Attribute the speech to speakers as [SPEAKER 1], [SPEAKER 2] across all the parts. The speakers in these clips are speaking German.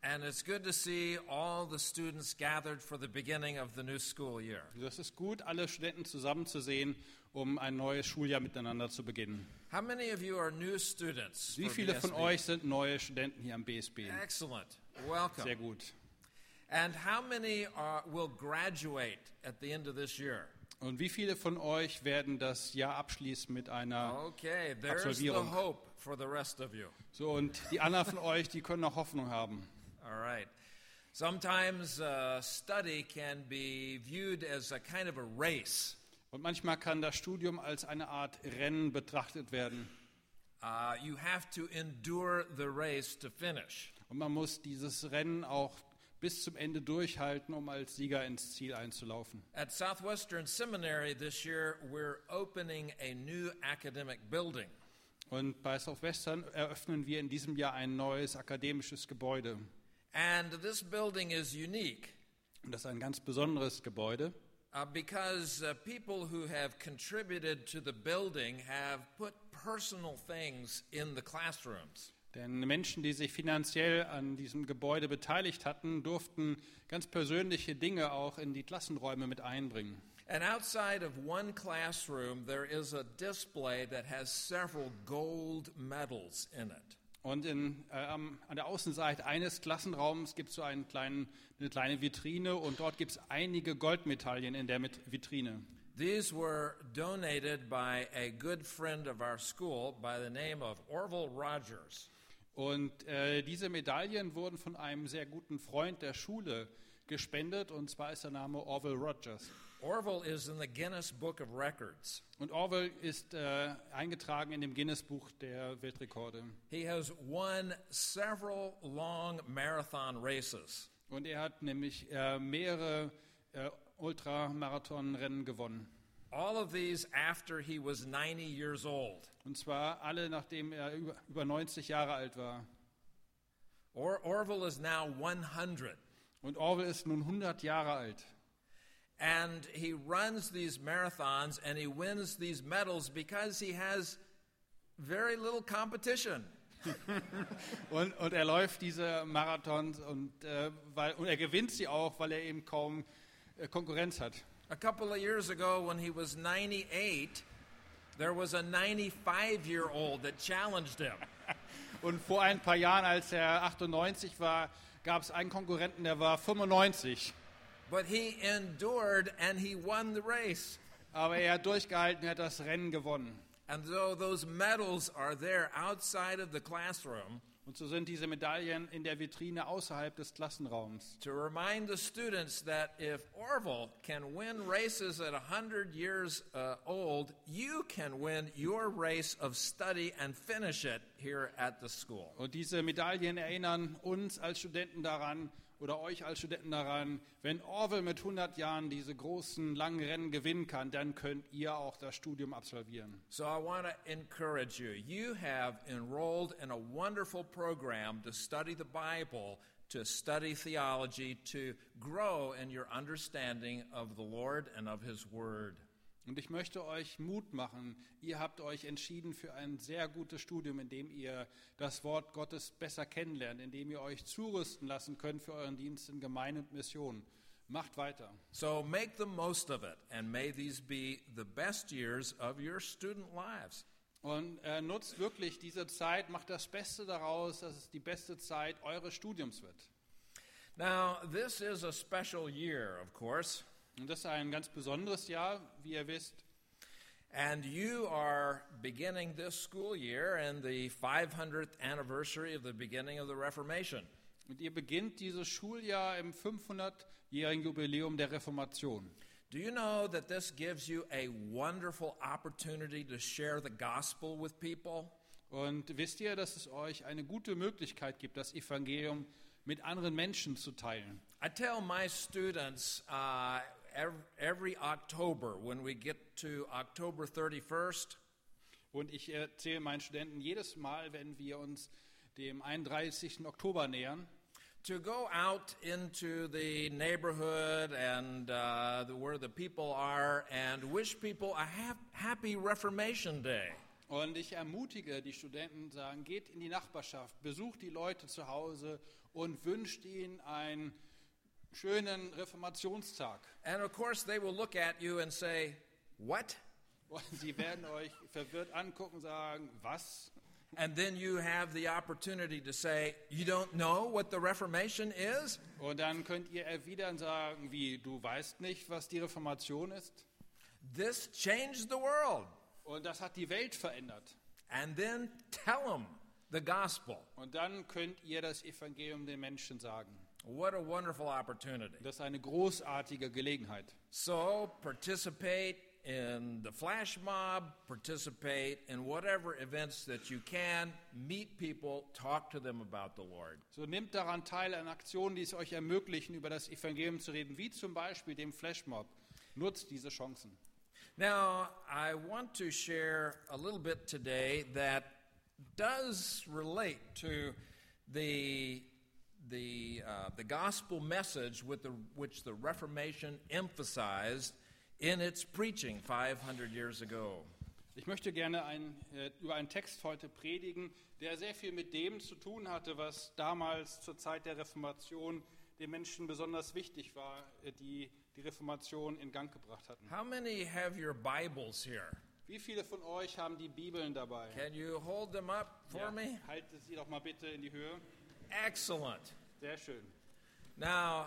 [SPEAKER 1] And it's good to see all the students gathered for the beginning of the new school year.
[SPEAKER 2] Das ist gut, alle Studenten zusammenzusehen, um ein neues Schuljahr miteinander zu beginnen.
[SPEAKER 1] How many of you are new students?
[SPEAKER 2] Wie
[SPEAKER 1] for
[SPEAKER 2] viele von
[SPEAKER 1] BSB?
[SPEAKER 2] euch sind neue Studenten hier am BSB?
[SPEAKER 1] Excellent. Welcome.
[SPEAKER 2] Sehr gut.
[SPEAKER 1] And how many are, will graduate at the end of this year?
[SPEAKER 2] Und wie viele von euch werden das Jahr abschließen mit einer?
[SPEAKER 1] Okay, there's the
[SPEAKER 2] Absolvierung.
[SPEAKER 1] hope for the rest of you.
[SPEAKER 2] So, und die anderen von euch, die können noch Hoffnung haben.
[SPEAKER 1] All right. Sometimes uh, study can be viewed as a kind of a race.
[SPEAKER 2] Und manchmal kann das Studium als eine Art Rennen betrachtet werden.
[SPEAKER 1] Uh, you have to endure the race to finish.
[SPEAKER 2] Und man muss dieses Rennen auch bis zum Ende durchhalten, um als Sieger ins Ziel einzulaufen.
[SPEAKER 1] At Southwestern Seminary this year, we're opening a new academic building.
[SPEAKER 2] Und bei Southwestern eröffnen wir in diesem Jahr ein neues akademisches Gebäude.
[SPEAKER 1] And this building is unique
[SPEAKER 2] Und das ist ein ganz besonderes Gebäude,
[SPEAKER 1] uh, because uh, people who have contributed to the building have put personal things in the classrooms.
[SPEAKER 2] denn Menschen, die sich finanziell an diesem Gebäude beteiligt hatten, durften ganz persönliche Dinge auch in die Klassenräume mit einbringen.
[SPEAKER 1] And outside of one classroom, there is a display that has several gold medals in it.
[SPEAKER 2] Und in, äh, am- an der Außenseite eines Klassenraums gibt es so einen kleinen, eine kleine Vitrine und dort gibt es einige Goldmedaillen in der Mit- Vitrine.
[SPEAKER 1] These were donated by a good friend of our school by the name of Orville Rogers.
[SPEAKER 2] Und äh, diese Medaillen wurden von einem sehr guten Freund der Schule gespendet und zwar ist der Name Orville Rogers.
[SPEAKER 1] Orville is in the Guinness Book of Records.
[SPEAKER 2] Und Orville ist äh, eingetragen in dem Guinness-Buch der Weltrekorde.
[SPEAKER 1] He has won several long marathon races.
[SPEAKER 2] Und er hat nämlich äh, mehrere äh, Ultramarathonrennen gewonnen.
[SPEAKER 1] All of these after he was 90 years old.
[SPEAKER 2] Und zwar alle, nachdem er über, über 90 Jahre alt war.
[SPEAKER 1] Or Orville is now 100.
[SPEAKER 2] Und Orwell ist nun 100 Jahre alt.
[SPEAKER 1] And he runs these marathons and he wins these medals because he has very little competition.
[SPEAKER 2] Und, und er läuft diese Marathons und, äh, weil, und er gewinnt sie auch, weil er eben kaum äh, Konkurrenz hat.
[SPEAKER 1] A couple of years ago, when he was 98, there was a 95 year old that challenged him.
[SPEAKER 2] Und vor ein paar Jahren, als er 98 war, gab es einen Konkurrenten, der war 95.
[SPEAKER 1] But he endured and he won the race.
[SPEAKER 2] Aber er hat durchgehalten, er hat das Rennen gewonnen.
[SPEAKER 1] And though those medals are there outside of the classroom
[SPEAKER 2] Und so sind diese Medaillen in der Vitrine außerhalb des Klassenraums.
[SPEAKER 1] to remind the students that if Orville can win races at 100 years uh, old, you can win your race of study and finish it here at the school.
[SPEAKER 2] Und diese Medaillen erinnern uns als Studenten daran oder euch als Studenten daran, wenn Orwell mit 100 Jahren diese großen, langen Rennen gewinnen kann, dann könnt ihr auch das Studium absolvieren.
[SPEAKER 1] So I want to encourage you. You have enrolled in a wonderful program to study the Bible, to study theology, to grow in your understanding of the Lord and of His Word.
[SPEAKER 2] Und ich möchte euch Mut machen. Ihr habt euch entschieden für ein sehr gutes Studium, in dem ihr das Wort Gottes besser kennenlernt, in dem ihr euch zurüsten lassen könnt für euren Dienst in Gemeinde und Mission. Macht weiter.
[SPEAKER 1] So make the most of it, and may these be the best years of your student lives.
[SPEAKER 2] Und äh, nutzt wirklich diese Zeit, macht das Beste daraus, dass es die beste Zeit eures Studiums wird.
[SPEAKER 1] Now, this is a special year, of course,
[SPEAKER 2] Und das ist ein ganz besonderes Jahr, wie ihr wisst.
[SPEAKER 1] and you are beginning this school year and the 500th anniversary of the beginning of the Reformation.
[SPEAKER 2] Und ihr beginnt dieses Schuljahr im 500-jährigen Jubiläum der Reformation.
[SPEAKER 1] Do you know that this gives you a wonderful opportunity to share the gospel with people?
[SPEAKER 2] Und wisst ihr, dass es euch eine gute Möglichkeit gibt, das Evangelium mit anderen Menschen zu teilen?
[SPEAKER 1] I tell my students uh, every, every October, when we get to October 31st,
[SPEAKER 2] Und ich erzähle meinen Studenten jedes Mal, wenn wir uns dem 31. Oktober nähern,
[SPEAKER 1] to go out into the neighborhood and uh, the, where the people are and wish people a hap- happy Reformation Day.
[SPEAKER 2] Und ich ermutige die Studenten, sagen, geht in die Nachbarschaft, besucht die Leute zu Hause und wünscht ihnen einen schönen Reformationstag.
[SPEAKER 1] And of course, they will look at you and say, What?
[SPEAKER 2] Und sie werden euch verwirrt angucken und sagen, was?
[SPEAKER 1] And then you have the opportunity to say, You don't know what the Reformation is?
[SPEAKER 2] Und dann könnt ihr erwidern sagen, wie, du weißt nicht, was die Reformation ist?
[SPEAKER 1] This changed the world.
[SPEAKER 2] Und das hat die Welt verändert.
[SPEAKER 1] And then tell them the gospel.
[SPEAKER 2] Und dann könnt ihr das Evangelium den Menschen sagen.
[SPEAKER 1] What a wonderful opportunity.
[SPEAKER 2] Das ist eine großartige Gelegenheit.
[SPEAKER 1] So participate in the flash mob, participate in whatever events that you can, meet people, talk to them about the Lord.
[SPEAKER 2] So nehmt daran teil an Aktionen, die es euch ermöglichen, über das Evangelium zu reden, wie zum Beispiel dem Flashmob. Nutzt diese Chancen.
[SPEAKER 1] Now, I want to share a little bit today that does relate to the the uh, the gospel message with the, which the Reformation emphasized in its preaching 500 years ago.
[SPEAKER 2] Ich möchte gerne ein, äh, über einen Text heute predigen, der sehr viel mit dem zu tun hatte, was damals zur Zeit der Reformation den Menschen besonders wichtig war, äh, die die Reformation in Gang gebracht hatten.
[SPEAKER 1] How many have your Bibles here?
[SPEAKER 2] Wie viele von euch haben die Bibeln dabei?
[SPEAKER 1] Can you hold them up for
[SPEAKER 2] Ja,
[SPEAKER 1] me?
[SPEAKER 2] haltet sie doch mal bitte in die Höhe.
[SPEAKER 1] Excellent.
[SPEAKER 2] Sehr schön.
[SPEAKER 1] Now,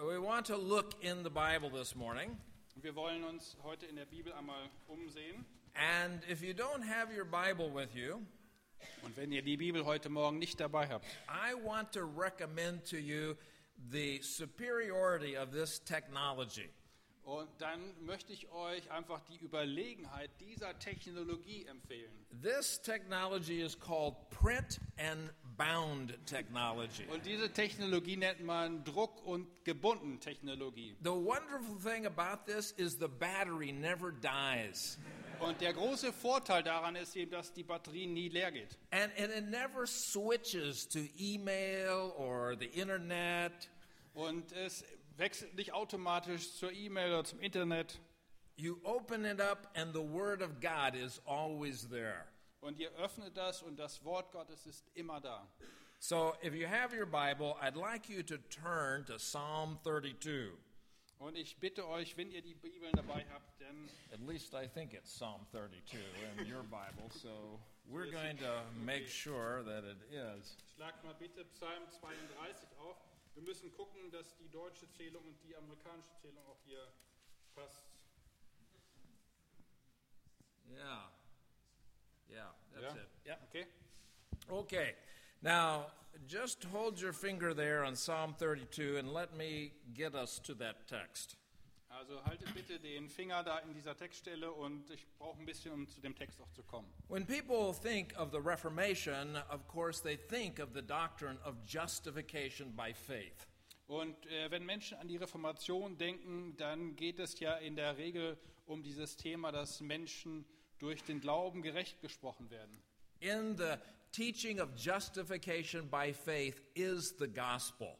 [SPEAKER 1] we want to look in the Bible this morning.
[SPEAKER 2] Und wir wollen uns heute in der Bibel einmal umsehen.
[SPEAKER 1] And if you don't have your Bible with you,
[SPEAKER 2] Und wenn ihr die Bibel heute Morgen nicht dabei habt,
[SPEAKER 1] I want to recommend to you the superiority of this technology.
[SPEAKER 2] und dann möchte ich euch einfach die Überlegenheit dieser Technologie empfehlen.
[SPEAKER 1] This technology is called print and bound technology.
[SPEAKER 2] Und diese Technologie nennt man Druck- und gebunden Technologie.
[SPEAKER 1] The wonderful thing about this is the battery never dies.
[SPEAKER 2] Und der große Vorteil daran ist eben, dass die Batterie nie leer geht.
[SPEAKER 1] And, and it never switches to email or the internet.
[SPEAKER 2] Und es wechselt nicht automatisch zur E-Mail oder zum Internet.
[SPEAKER 1] You open it up, and the Word of God is always there.
[SPEAKER 2] Und ihr öffnet das und das Wort Gottes ist immer da.
[SPEAKER 1] So, if you have your Bible, I'd like you to turn to Psalm 32.
[SPEAKER 2] Und ich bitte euch, wenn ihr die Bibeln dabei habt, dann
[SPEAKER 1] At least I think it's Psalm 32 in your Bible, so we're going to make sure that it is.
[SPEAKER 2] Schlagt mal bitte Psalm 32 auf. Wir müssen gucken, dass die deutsche Zählung und die amerikanische Zählung auch hier passt.
[SPEAKER 1] Yeah. Yeah, that's it.
[SPEAKER 2] Ja, okay.
[SPEAKER 1] Okay. Now, just hold your finger there on Psalm 32 and let me get us to that text.
[SPEAKER 2] Also haltet bitte den Finger da in dieser Textstelle und ich brauche ein bisschen, um zu dem Text auch zu kommen.
[SPEAKER 1] When people think of the Reformation, of course, they think of the doctrine of justification by faith.
[SPEAKER 2] Und äh, wenn Menschen an die Reformation denken, dann geht es ja in der Regel um dieses Thema, dass Menschen durch den Glauben gerecht gesprochen werden.
[SPEAKER 1] In the teaching of justification by faith is the gospel.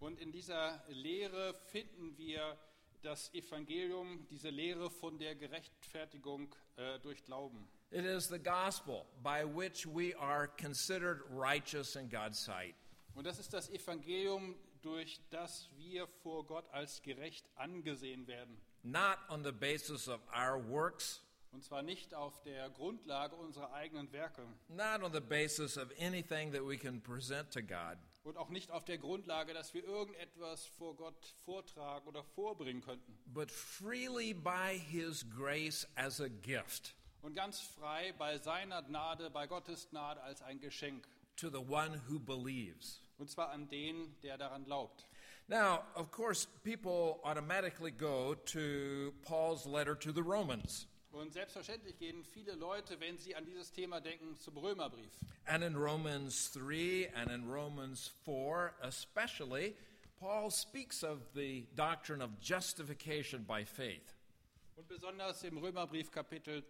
[SPEAKER 2] Und in dieser Lehre finden wir das Evangelium, diese Lehre von der Gerechtfertigung äh, durch Glauben.
[SPEAKER 1] It is the gospel by which we are considered righteous in God's sight.
[SPEAKER 2] Und das ist das Evangelium, durch das wir vor Gott als gerecht angesehen werden.
[SPEAKER 1] not on the basis of our works,
[SPEAKER 2] Und zwar nicht auf der Grundlage unserer eigenen Werke
[SPEAKER 1] not on the basis of anything that we can present to God,
[SPEAKER 2] und auch nicht auf der Grundlage, dass wir irgendetwas vor Gott vortragen oder vorbringen könnten.
[SPEAKER 1] but freely by His grace as a gift
[SPEAKER 2] Und ganz frei bei seiner Gnade, bei Gottes Gnade als ein Geschenk.
[SPEAKER 1] to the one who believes.
[SPEAKER 2] Und zwar an den, der daran glaubt.
[SPEAKER 1] Now, of course, people automatically go to Paul's letter to the Romans.
[SPEAKER 2] Und selbstverständlich gehen viele Leute, wenn sie an dieses Thema denken, zum Römerbrief.
[SPEAKER 1] And in Romans 3 and in Romans 4, especially, Paul speaks of the doctrine of justification by faith.
[SPEAKER 2] Und besonders im Römerbrief Kapitel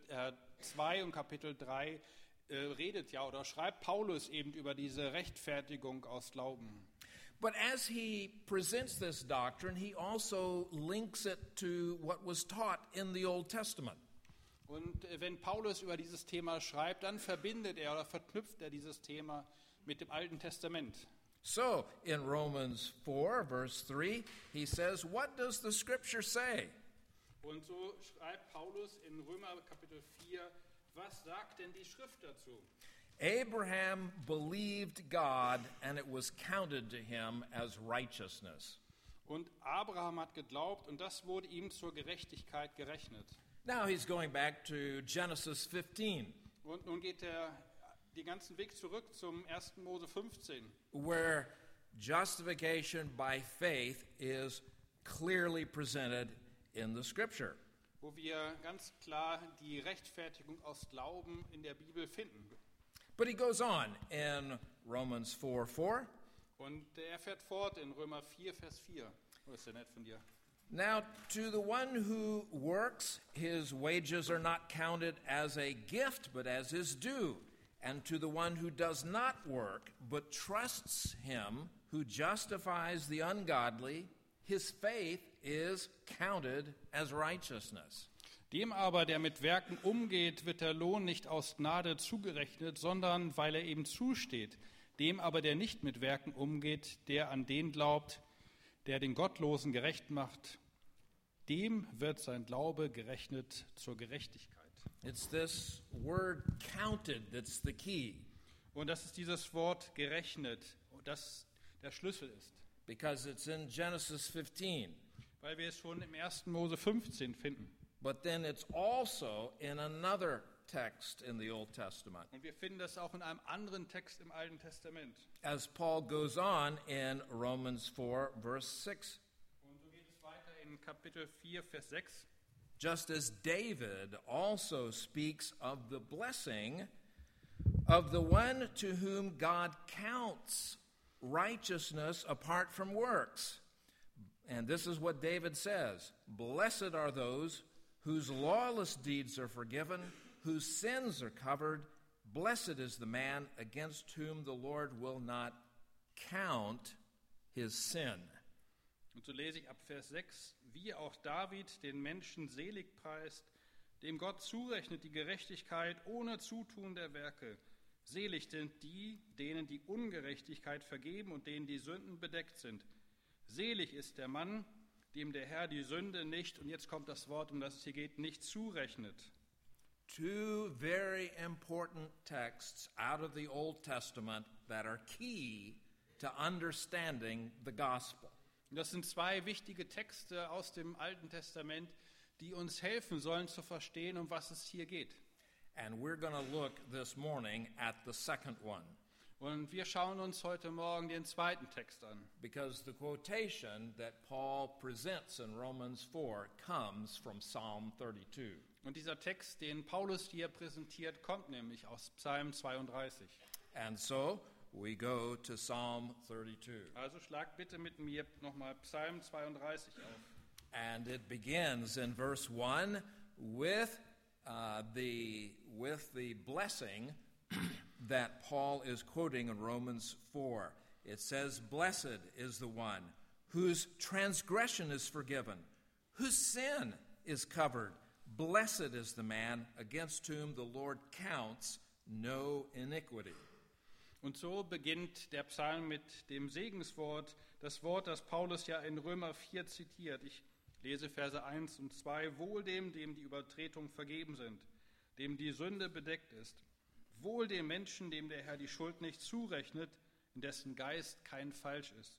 [SPEAKER 2] 2 und Kapitel 3 äh, redet ja oder schreibt Paulus eben über diese Rechtfertigung aus Glauben.
[SPEAKER 1] But as he presents this doctrine, he also links it to what was taught in the Old Testament.
[SPEAKER 2] Und äh, wenn Paulus über dieses Thema schreibt, dann verbindet er oder verknüpft er dieses Thema mit dem Alten Testament.
[SPEAKER 1] So, in Romans 4, verse 3, he says, What does the scripture say?
[SPEAKER 2] Und so schreibt Paulus in Römer Kapitel 4, was sagt denn die Schrift dazu?
[SPEAKER 1] Abraham believed God, and it was counted to him as righteousness.
[SPEAKER 2] Und Abraham hat geglaubt und das wurde ihm zur Gerechtigkeit gerechnet.
[SPEAKER 1] Now he's going back to Genesis 15,
[SPEAKER 2] Und nun geht er den ganzen Weg zurück zum 1. Mose 15,
[SPEAKER 1] where justification by faith is clearly presented in the scripture.
[SPEAKER 2] wo wir ganz klar die Rechtfertigung aus Glauben in der Bibel finden.
[SPEAKER 1] But he goes on in Romans 4 4.
[SPEAKER 2] Und er fährt fort in Römer 4, Vers 4. Oh, ist ja nett von dir.
[SPEAKER 1] Now, to the one who works, his wages are not counted as a gift, but as his due. And to the one who does not work, but trusts him who justifies the ungodly, his faith is counted as righteousness.
[SPEAKER 2] Dem aber, der mit Werken umgeht, wird der Lohn nicht aus Gnade zugerechnet, sondern weil er eben zusteht. Dem aber, der nicht mit Werken umgeht, der an den glaubt, der den Gottlosen gerecht macht, dem wird sein Glaube gerechnet zur Gerechtigkeit.
[SPEAKER 1] It's this word counted that's the key,
[SPEAKER 2] Und das ist dieses Wort gerechnet, das der Schlüssel ist,
[SPEAKER 1] because it's in Genesis 15.
[SPEAKER 2] weil wir es schon im 1. Mose 15 finden.
[SPEAKER 1] But then it's also in another text in the Old Testament.
[SPEAKER 2] Und wir finden das auch in einem anderen Text im Alten Testament.
[SPEAKER 1] as Paul goes on in Romans 4, verse 6.
[SPEAKER 2] Und so geht es weiter in Kapitel 4, Vers 6.
[SPEAKER 1] Just as David also speaks of the blessing of the one to whom God counts righteousness apart from works. And this is what David says Blessed are those whose lawless deeds are forgiven, whose sins are covered. Blessed is the man against whom the Lord will not count his sin.
[SPEAKER 2] Und so lese ich ab Vers 6, wie auch David den Menschen selig preist, dem Gott zurechnet die Gerechtigkeit ohne Zutun der Werke. Selig sind die, denen die Ungerechtigkeit vergeben und denen die Sünden bedeckt sind. Selig ist der Mann, dem der Herr die Sünde nicht, und jetzt kommt das Wort, um das es hier geht, nicht zurechnet.
[SPEAKER 1] Two very important texts out of the Old Testament that are key to understanding the gospel.
[SPEAKER 2] Und das sind zwei wichtige Texte aus dem Alten Testament, die uns helfen sollen zu verstehen, um was es hier geht.
[SPEAKER 1] And we're going to look this morning at the second one
[SPEAKER 2] Und wir schauen uns heute Morgen den zweiten Text an.
[SPEAKER 1] because the quotation that Paul presents in Romans 4 comes from Psalm 32.
[SPEAKER 2] Und dieser Text, den Paulus hier präsentiert, kommt nämlich aus Psalm 32.
[SPEAKER 1] And so we go to Psalm 32.
[SPEAKER 2] Also schlag bitte mit mir nochmal Psalm 32 auf.
[SPEAKER 1] And it begins in verse 1 with, uh, the, with the blessing that Paul is quoting in Romans 4. It says, Blessed is the one whose transgression is forgiven, whose sin is covered. Blessed is the man against whom the Lord counts no iniquity.
[SPEAKER 2] Und so beginnt der Psalm mit dem Segenswort, das Wort, das Paulus ja in Römer 4 zitiert. Ich lese Verse 1 und 2. Wohl dem, dem die Übertretungen vergeben sind, dem die Sünde bedeckt ist. Wohl dem Menschen, dem der Herr die Schuld nicht zurechnet, in dessen Geist kein Falsch ist.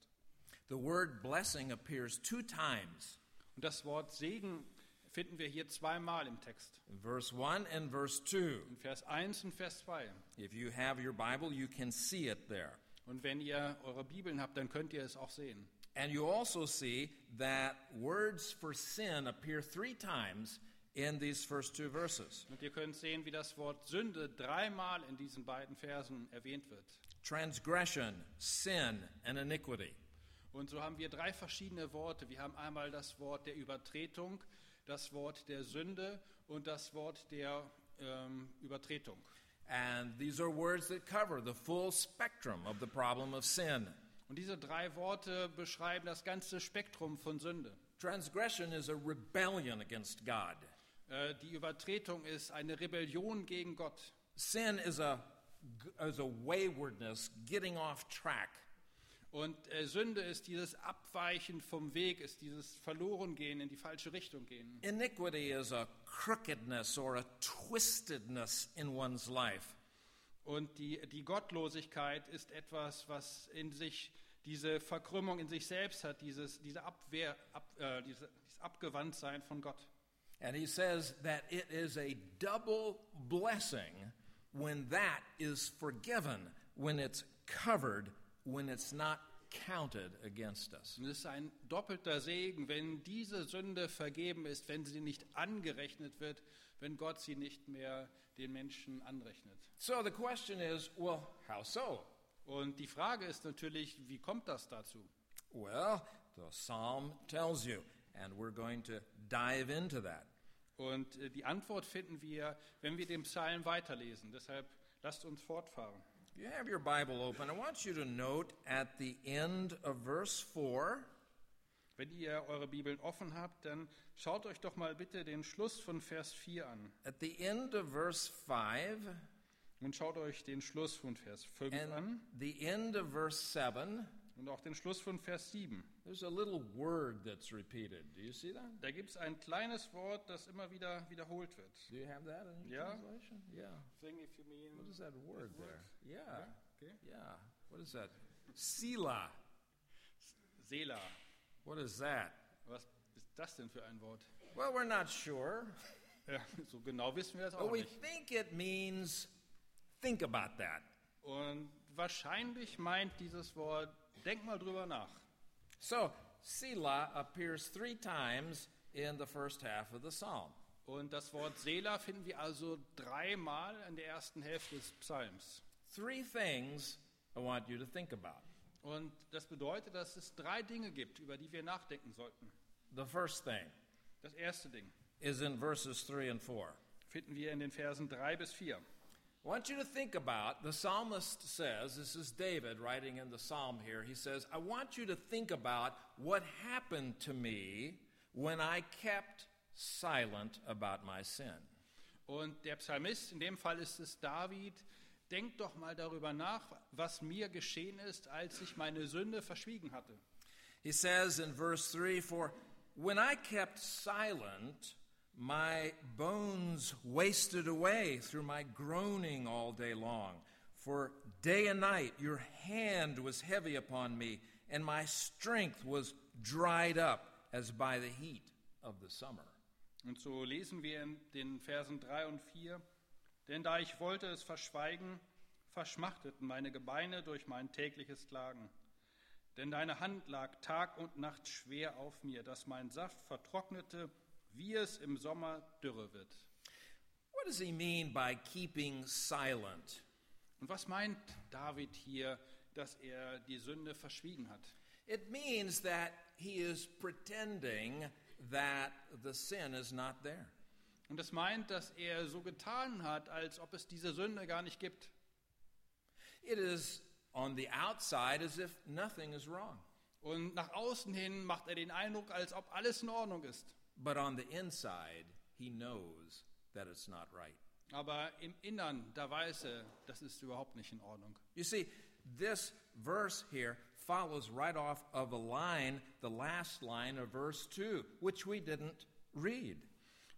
[SPEAKER 1] The word blessing appears two times
[SPEAKER 2] Und das Wort Segen finden wir hier zweimal im Text.
[SPEAKER 1] in verse 1 and verse 2.
[SPEAKER 2] In Vers 1 und Vers 2.
[SPEAKER 1] If you have your Bible, you can see it there.
[SPEAKER 2] Und wenn ihr eure Bibeln habt, dann könnt ihr es auch sehen.
[SPEAKER 1] And you also see that words for sin appear three times in these first two verses.
[SPEAKER 2] Und ihr könnt sehen, wie das Wort Sünde dreimal in diesen beiden Versen erwähnt wird.
[SPEAKER 1] Transgression, sin, and iniquity.
[SPEAKER 2] Und so haben wir drei verschiedene Worte. Wir haben einmal das Wort der Übertretung, das Wort der Sünde und das Wort der ähm, Übertretung.
[SPEAKER 1] And these are words that cover the full spectrum of the problem of sin.
[SPEAKER 2] Und diese drei Worte beschreiben das ganze Spektrum von Sünde.
[SPEAKER 1] Transgression is a rebellion against God.
[SPEAKER 2] Äh, die Übertretung ist eine Rebellion gegen Gott.
[SPEAKER 1] Sin is a, is a waywardness, getting off track.
[SPEAKER 2] Und äh, Sünde ist dieses Abweichen vom Weg, ist dieses Verlorengehen, in die falsche Richtung gehen.
[SPEAKER 1] Iniquity is a crookedness or a twistedness in one's life.
[SPEAKER 2] Und die, die Gottlosigkeit ist etwas, was in sich diese Verkrümmung in sich selbst hat, dieses, diese Abwehr, ab, äh, diese, dieses Abgewandtsein von Gott.
[SPEAKER 1] And he says that it is a double blessing when that is forgiven, when it's covered, when it's not counted against us.
[SPEAKER 2] Und es ist ein doppelter Segen, wenn diese Sünde vergeben ist, wenn sie nicht angerechnet wird, wenn Gott sie nicht mehr den Menschen anrechnet.
[SPEAKER 1] So the question is well, how so?
[SPEAKER 2] Und die Frage ist natürlich, wie kommt das dazu?
[SPEAKER 1] Well, the psalm tells you, and we're going to dive into that.
[SPEAKER 2] Und äh, die Antwort finden wir, wenn wir den Psalm weiterlesen. Deshalb lasst uns fortfahren.
[SPEAKER 1] If you have your Bible open, I want you to note at the end of verse 4,
[SPEAKER 2] Wenn ihr eure Bibeln offen habt, dann schaut euch doch mal bitte den Schluss von Vers 4 an.
[SPEAKER 1] at the end of verse 5,
[SPEAKER 2] Und schaut euch den Schluss von Vers 5
[SPEAKER 1] and
[SPEAKER 2] an
[SPEAKER 1] the end of verse 7,
[SPEAKER 2] und auch den Schluss von Vers 7.
[SPEAKER 1] there's a little word that's repeated. Do you see that?
[SPEAKER 2] Da gibt es ein kleines Wort, das immer wieder wiederholt wird.
[SPEAKER 1] Do you have that in your
[SPEAKER 2] Yeah.
[SPEAKER 1] translation? Yeah.
[SPEAKER 2] Thing if you mean-
[SPEAKER 1] What is that word there? Yeah.
[SPEAKER 2] okay.
[SPEAKER 1] Yeah. What is that? Sila.
[SPEAKER 2] Sela.
[SPEAKER 1] What is that?
[SPEAKER 2] Was ist das denn für ein Wort?
[SPEAKER 1] Well, we're not sure,
[SPEAKER 2] Ja, so genau wissen wir das
[SPEAKER 1] but
[SPEAKER 2] auch
[SPEAKER 1] we
[SPEAKER 2] nicht.
[SPEAKER 1] think it means think about that.
[SPEAKER 2] Und wahrscheinlich meint dieses Wort, denk mal drüber nach.
[SPEAKER 1] So, Selah appears three times in the first half of the psalm.
[SPEAKER 2] Und das Wort Sela finden wir also dreimal in der ersten Hälfte des Psalms.
[SPEAKER 1] Three things I want you to think about.
[SPEAKER 2] Und das bedeutet, dass es drei Dinge gibt, über die wir nachdenken sollten.
[SPEAKER 1] The first thing
[SPEAKER 2] Das erste Ding
[SPEAKER 1] is in verses 3 and 4.
[SPEAKER 2] finden wir in den Versen 3 bis 4.
[SPEAKER 1] I want you to think about the psalmist says, this is David writing in the psalm here. He says, I want you to think about what happened to me when I kept silent about my sin.
[SPEAKER 2] Und der Psalmist, in dem Fall ist es David, denkt doch mal darüber nach, was mir geschehen ist, als ich meine Sünde verschwiegen hatte.
[SPEAKER 1] He says in verse 3 For when I kept silent, my bones wasted away through my groaning all day long. For day and night your hand was heavy upon me, and my strength was dried up as by the heat of the summer.
[SPEAKER 2] Und so lesen wir in den Versen 3 und 4. Denn da ich wollte es verschweigen, verschmachteten meine Gebeine durch mein tägliches Klagen. Denn deine Hand lag Tag und Nacht schwer auf mir, dass mein Saft vertrocknete, wie es im Sommer dürre wird.
[SPEAKER 1] What does he mean by keeping silent?
[SPEAKER 2] Und was meint David hier, dass er die Sünde verschwiegen hat?
[SPEAKER 1] It means that he is pretending that the sin is not there.
[SPEAKER 2] Und das meint, dass er so getan hat, als ob es diese Sünde gar nicht gibt.
[SPEAKER 1] It is on the outside as if nothing is wrong,
[SPEAKER 2] Und nach außen hin macht er den Eindruck, als ob alles in Ordnung ist.
[SPEAKER 1] but on the inside, he knows that it's not right.
[SPEAKER 2] Aber im Innern, da weiß er, das ist überhaupt nicht in Ordnung.
[SPEAKER 1] You see, this verse here follows right off of a line, the last line of verse 2, which we didn't read.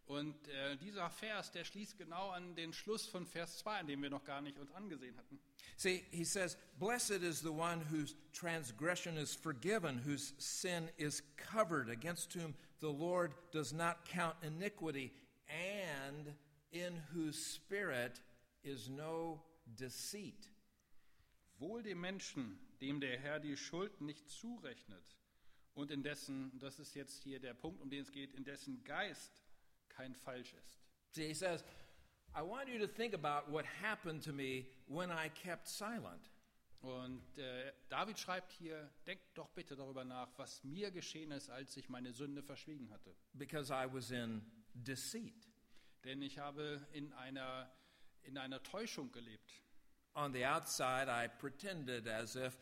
[SPEAKER 2] Und äh, dieser Vers, der schließt genau an den Schluss von Vers 2, an den wir noch gar nicht uns angesehen hatten.
[SPEAKER 1] See, he says, Blessed is the one whose transgression is forgiven, whose sin is covered, against whom the Lord does not count iniquity, and in whose spirit is no deceit.
[SPEAKER 2] Wohl dem Menschen, dem der Herr die Schuld nicht zurechnet und in dessen, das ist jetzt hier der Punkt, um den es geht, in dessen Geist kein Falsch ist.
[SPEAKER 1] See, he says, I want you to think about what happened to me when I kept silent.
[SPEAKER 2] Und äh, David schreibt hier, denkt doch bitte darüber nach, was mir geschehen ist, als ich meine Sünde verschwiegen hatte.
[SPEAKER 1] Because I was in deceit.
[SPEAKER 2] Denn ich habe in einer, in einer Täuschung gelebt.
[SPEAKER 1] On the outside, I pretended as if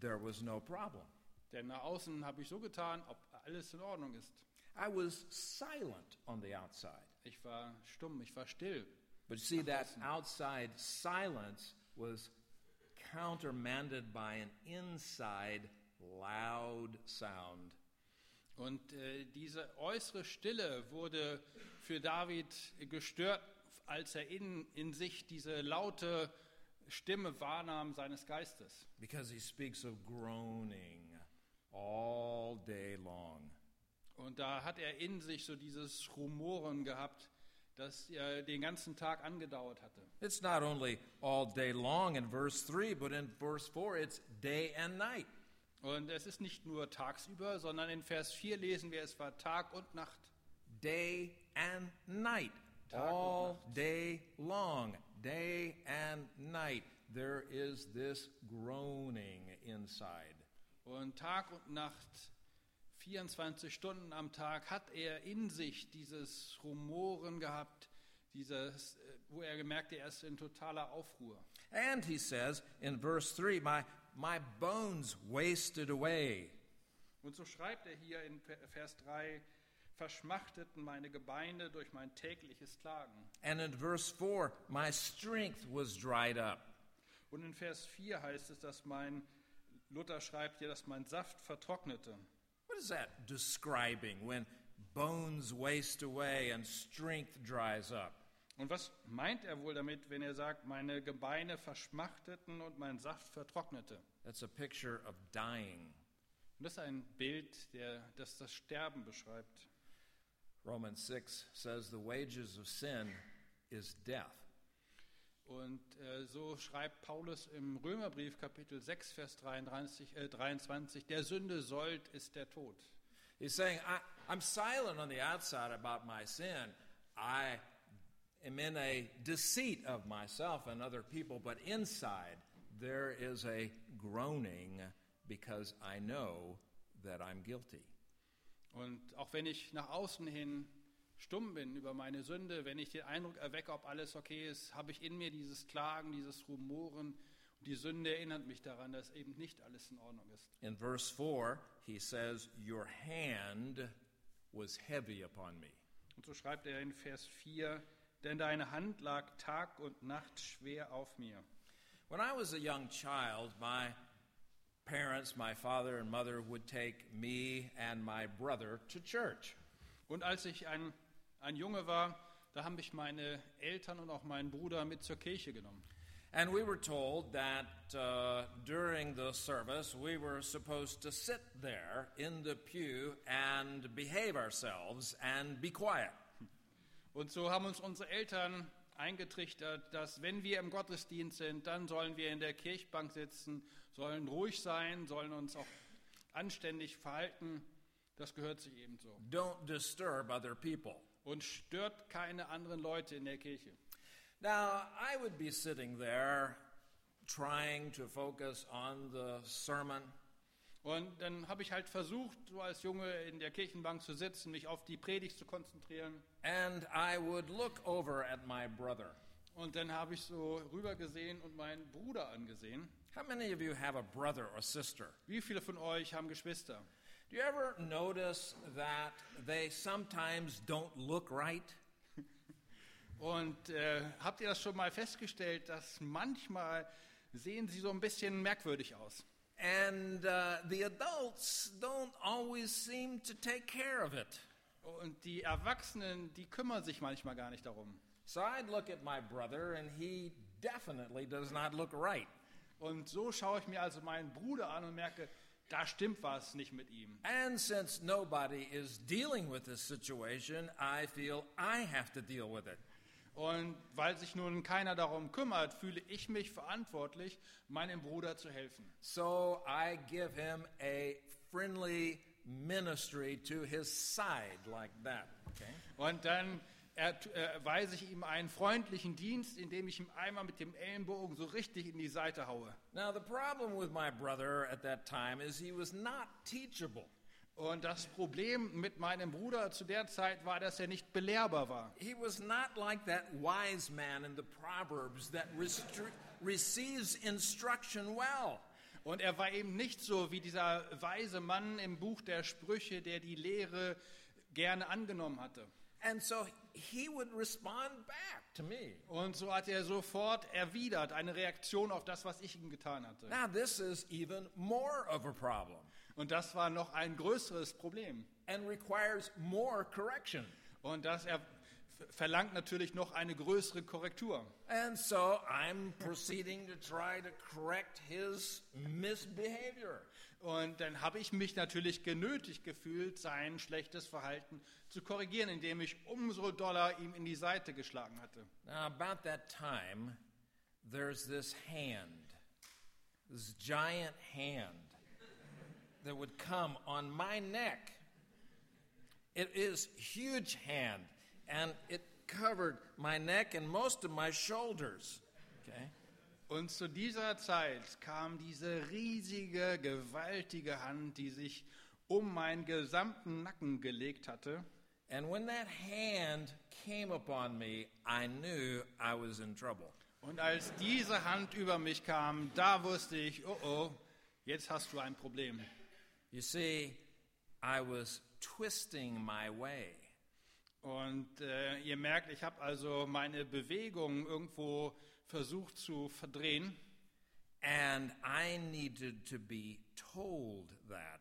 [SPEAKER 1] there was no problem.
[SPEAKER 2] Denn nach außen habe ich so getan, ob alles in Ordnung ist.
[SPEAKER 1] I was silent on the outside.
[SPEAKER 2] Ich war stumm, ich war still.
[SPEAKER 1] But you see, that outside silence was countermanded by an inside loud sound.
[SPEAKER 2] Und äh, diese äußere Stille wurde für David gestört, als er in, in sich diese laute Stimme wahrnahm seines Geistes.
[SPEAKER 1] because he speaks of groaning all day long.
[SPEAKER 2] Und da hat er in sich so dieses Rumoren gehabt, das er den ganzen Tag angedauert hatte.
[SPEAKER 1] It's not only all day long in verse 3, but in verse 4, it's day and night.
[SPEAKER 2] Und es ist nicht nur tagsüber, sondern in Vers 4 lesen wir, es war Tag und Nacht.
[SPEAKER 1] Day and night.
[SPEAKER 2] Tag und
[SPEAKER 1] all day long. Day and night. There is this groaning inside.
[SPEAKER 2] Und Tag und Nacht, 24 Stunden am Tag, hat er in sich dieses Rumoren gehabt, dieses, äh, wo er gemerkte, er ist in totaler Aufruhr.
[SPEAKER 1] And he says in verse 3, my, my bones wasted away.
[SPEAKER 2] Und so schreibt er hier in Ver- Vers 3, verschmachteten meine Gebeine durch mein tägliches Klagen.
[SPEAKER 1] And in verse 4, my strength was dried up.
[SPEAKER 2] Und in Vers 4 heißt es, dass mein, Luther schreibt hier, dass mein Saft vertrocknete.
[SPEAKER 1] What is that describing when bones waste away and strength dries up?
[SPEAKER 2] Und was meint er wohl damit, wenn er sagt, meine Gebeine verschmachteten und mein Saft vertrocknete?
[SPEAKER 1] That's a picture of dying.
[SPEAKER 2] Und das ist ein Bild, der, das das Sterben beschreibt.
[SPEAKER 1] Romans 6 says the wages of sin is death.
[SPEAKER 2] Und äh, so schreibt Paulus im Römerbrief Kapitel 6, Vers 33, äh, 23, der Sünde sollt ist der Tod.
[SPEAKER 1] He's saying, I, I'm silent on the outside about my sin. I am in a deceit of myself and other people, but inside there is a groaning because I know that I'm guilty.
[SPEAKER 2] Und auch wenn ich nach außen hin stumm bin über meine Sünde, wenn ich den Eindruck erwecke, ob alles okay ist, habe ich in mir dieses Klagen, dieses Rumoren. Und die Sünde erinnert mich daran, dass eben nicht alles in Ordnung ist.
[SPEAKER 1] In verse 4, he says, Your hand was heavy upon me.
[SPEAKER 2] Und so schreibt er in Vers 4, denn deine Hand lag Tag und Nacht schwer auf mir.
[SPEAKER 1] When I was a young child, my parents, my father and mother, would take me and my brother to church.
[SPEAKER 2] Und als ich ein, ein Junge war, da haben mich meine Eltern und auch meinen Bruder mit zur Kirche genommen.
[SPEAKER 1] And we were told that uh, during the service, we were supposed to sit there in the pew and behave ourselves and be quiet.
[SPEAKER 2] Und so haben uns unsere Eltern eingetrichtert, dass wenn wir im Gottesdienst sind, dann sollen wir in der Kirchbank sitzen, sollen ruhig sein, sollen uns auch anständig verhalten. Das gehört sich ebenso.
[SPEAKER 1] Don't disturb other people.
[SPEAKER 2] Und stört keine anderen Leute in der Kirche.
[SPEAKER 1] Now, I would be sitting there trying to focus on the sermon,
[SPEAKER 2] Und dann habe ich halt versucht, so als Junge in der Kirchenbank zu sitzen, mich auf die Predigt zu konzentrieren.
[SPEAKER 1] and I would look over at my brother.
[SPEAKER 2] Und dann habe ich so rübergesehen und meinen Bruder angesehen.
[SPEAKER 1] How many of you have a brother or sister?
[SPEAKER 2] Wie viele von euch haben Geschwister?
[SPEAKER 1] Do you ever notice that they sometimes don't look right?
[SPEAKER 2] Und äh, habt ihr das schon mal festgestellt, dass manchmal sehen sie so ein bisschen merkwürdig aus?
[SPEAKER 1] And uh, the adults don't always seem to take care of it.
[SPEAKER 2] Und die Erwachsenen, die kümmern sich manchmal gar nicht darum.
[SPEAKER 1] So I'd look at my brother, and he definitely does not look right.
[SPEAKER 2] Und so schaue ich mir also meinen Bruder an und merke, da stimmt was nicht mit ihm.
[SPEAKER 1] And since nobody is dealing with this situation, I feel I have to deal with it.
[SPEAKER 2] Und weil sich nun keiner darum kümmert, fühle ich mich verantwortlich, meinem Bruder zu helfen.
[SPEAKER 1] So I give him a friendly ministry to his side like that. Okay?
[SPEAKER 2] Und dann ert- erweise ich ihm einen freundlichen Dienst, indem ich ihm einmal mit dem Ellenbogen so richtig in die Seite haue.
[SPEAKER 1] Now the problem with my brother at that time is he was not teachable.
[SPEAKER 2] Und das Problem mit meinem Bruder zu der Zeit war, dass er nicht belehrbar war.
[SPEAKER 1] He was not like that wise man in the Proverbs that restri- receives instruction well.
[SPEAKER 2] Und er war eben nicht so wie dieser weise Mann im Buch der Sprüche, der die Lehre gerne angenommen hatte.
[SPEAKER 1] And so he would respond back to me.
[SPEAKER 2] Und so hat er sofort erwidert, eine Reaktion auf das, was ich ihm getan hatte.
[SPEAKER 1] Now, this is even more of a problem
[SPEAKER 2] Und das war noch ein größeres Problem.
[SPEAKER 1] and requires more correction.
[SPEAKER 2] Und das er f- verlangt natürlich noch eine größere Korrektur.
[SPEAKER 1] And so I'm proceeding to try to correct his misbehavior.
[SPEAKER 2] Und dann habe ich mich natürlich genötigt gefühlt, sein schlechtes Verhalten zu korrigieren, indem ich umso doller ihm in die Seite geschlagen hatte.
[SPEAKER 1] Now, about that time, there's this hand, this giant hand, that would come on my neck. It is huge hand, and it covered my neck and most of my shoulders. Okay.
[SPEAKER 2] Und zu dieser Zeit kam diese riesige, gewaltige Hand, die sich um meinen gesamten Nacken gelegt hatte.
[SPEAKER 1] And when that hand came upon me, I knew I was in trouble.
[SPEAKER 2] Und als diese Hand über mich kam, da wusste ich, oh oh, jetzt hast du ein Problem.
[SPEAKER 1] You see, I was twisting my way.
[SPEAKER 2] Und äh, ihr merkt, ich habe also meine Bewegungen irgendwo versucht zu verdrehen.
[SPEAKER 1] And I needed to be told that.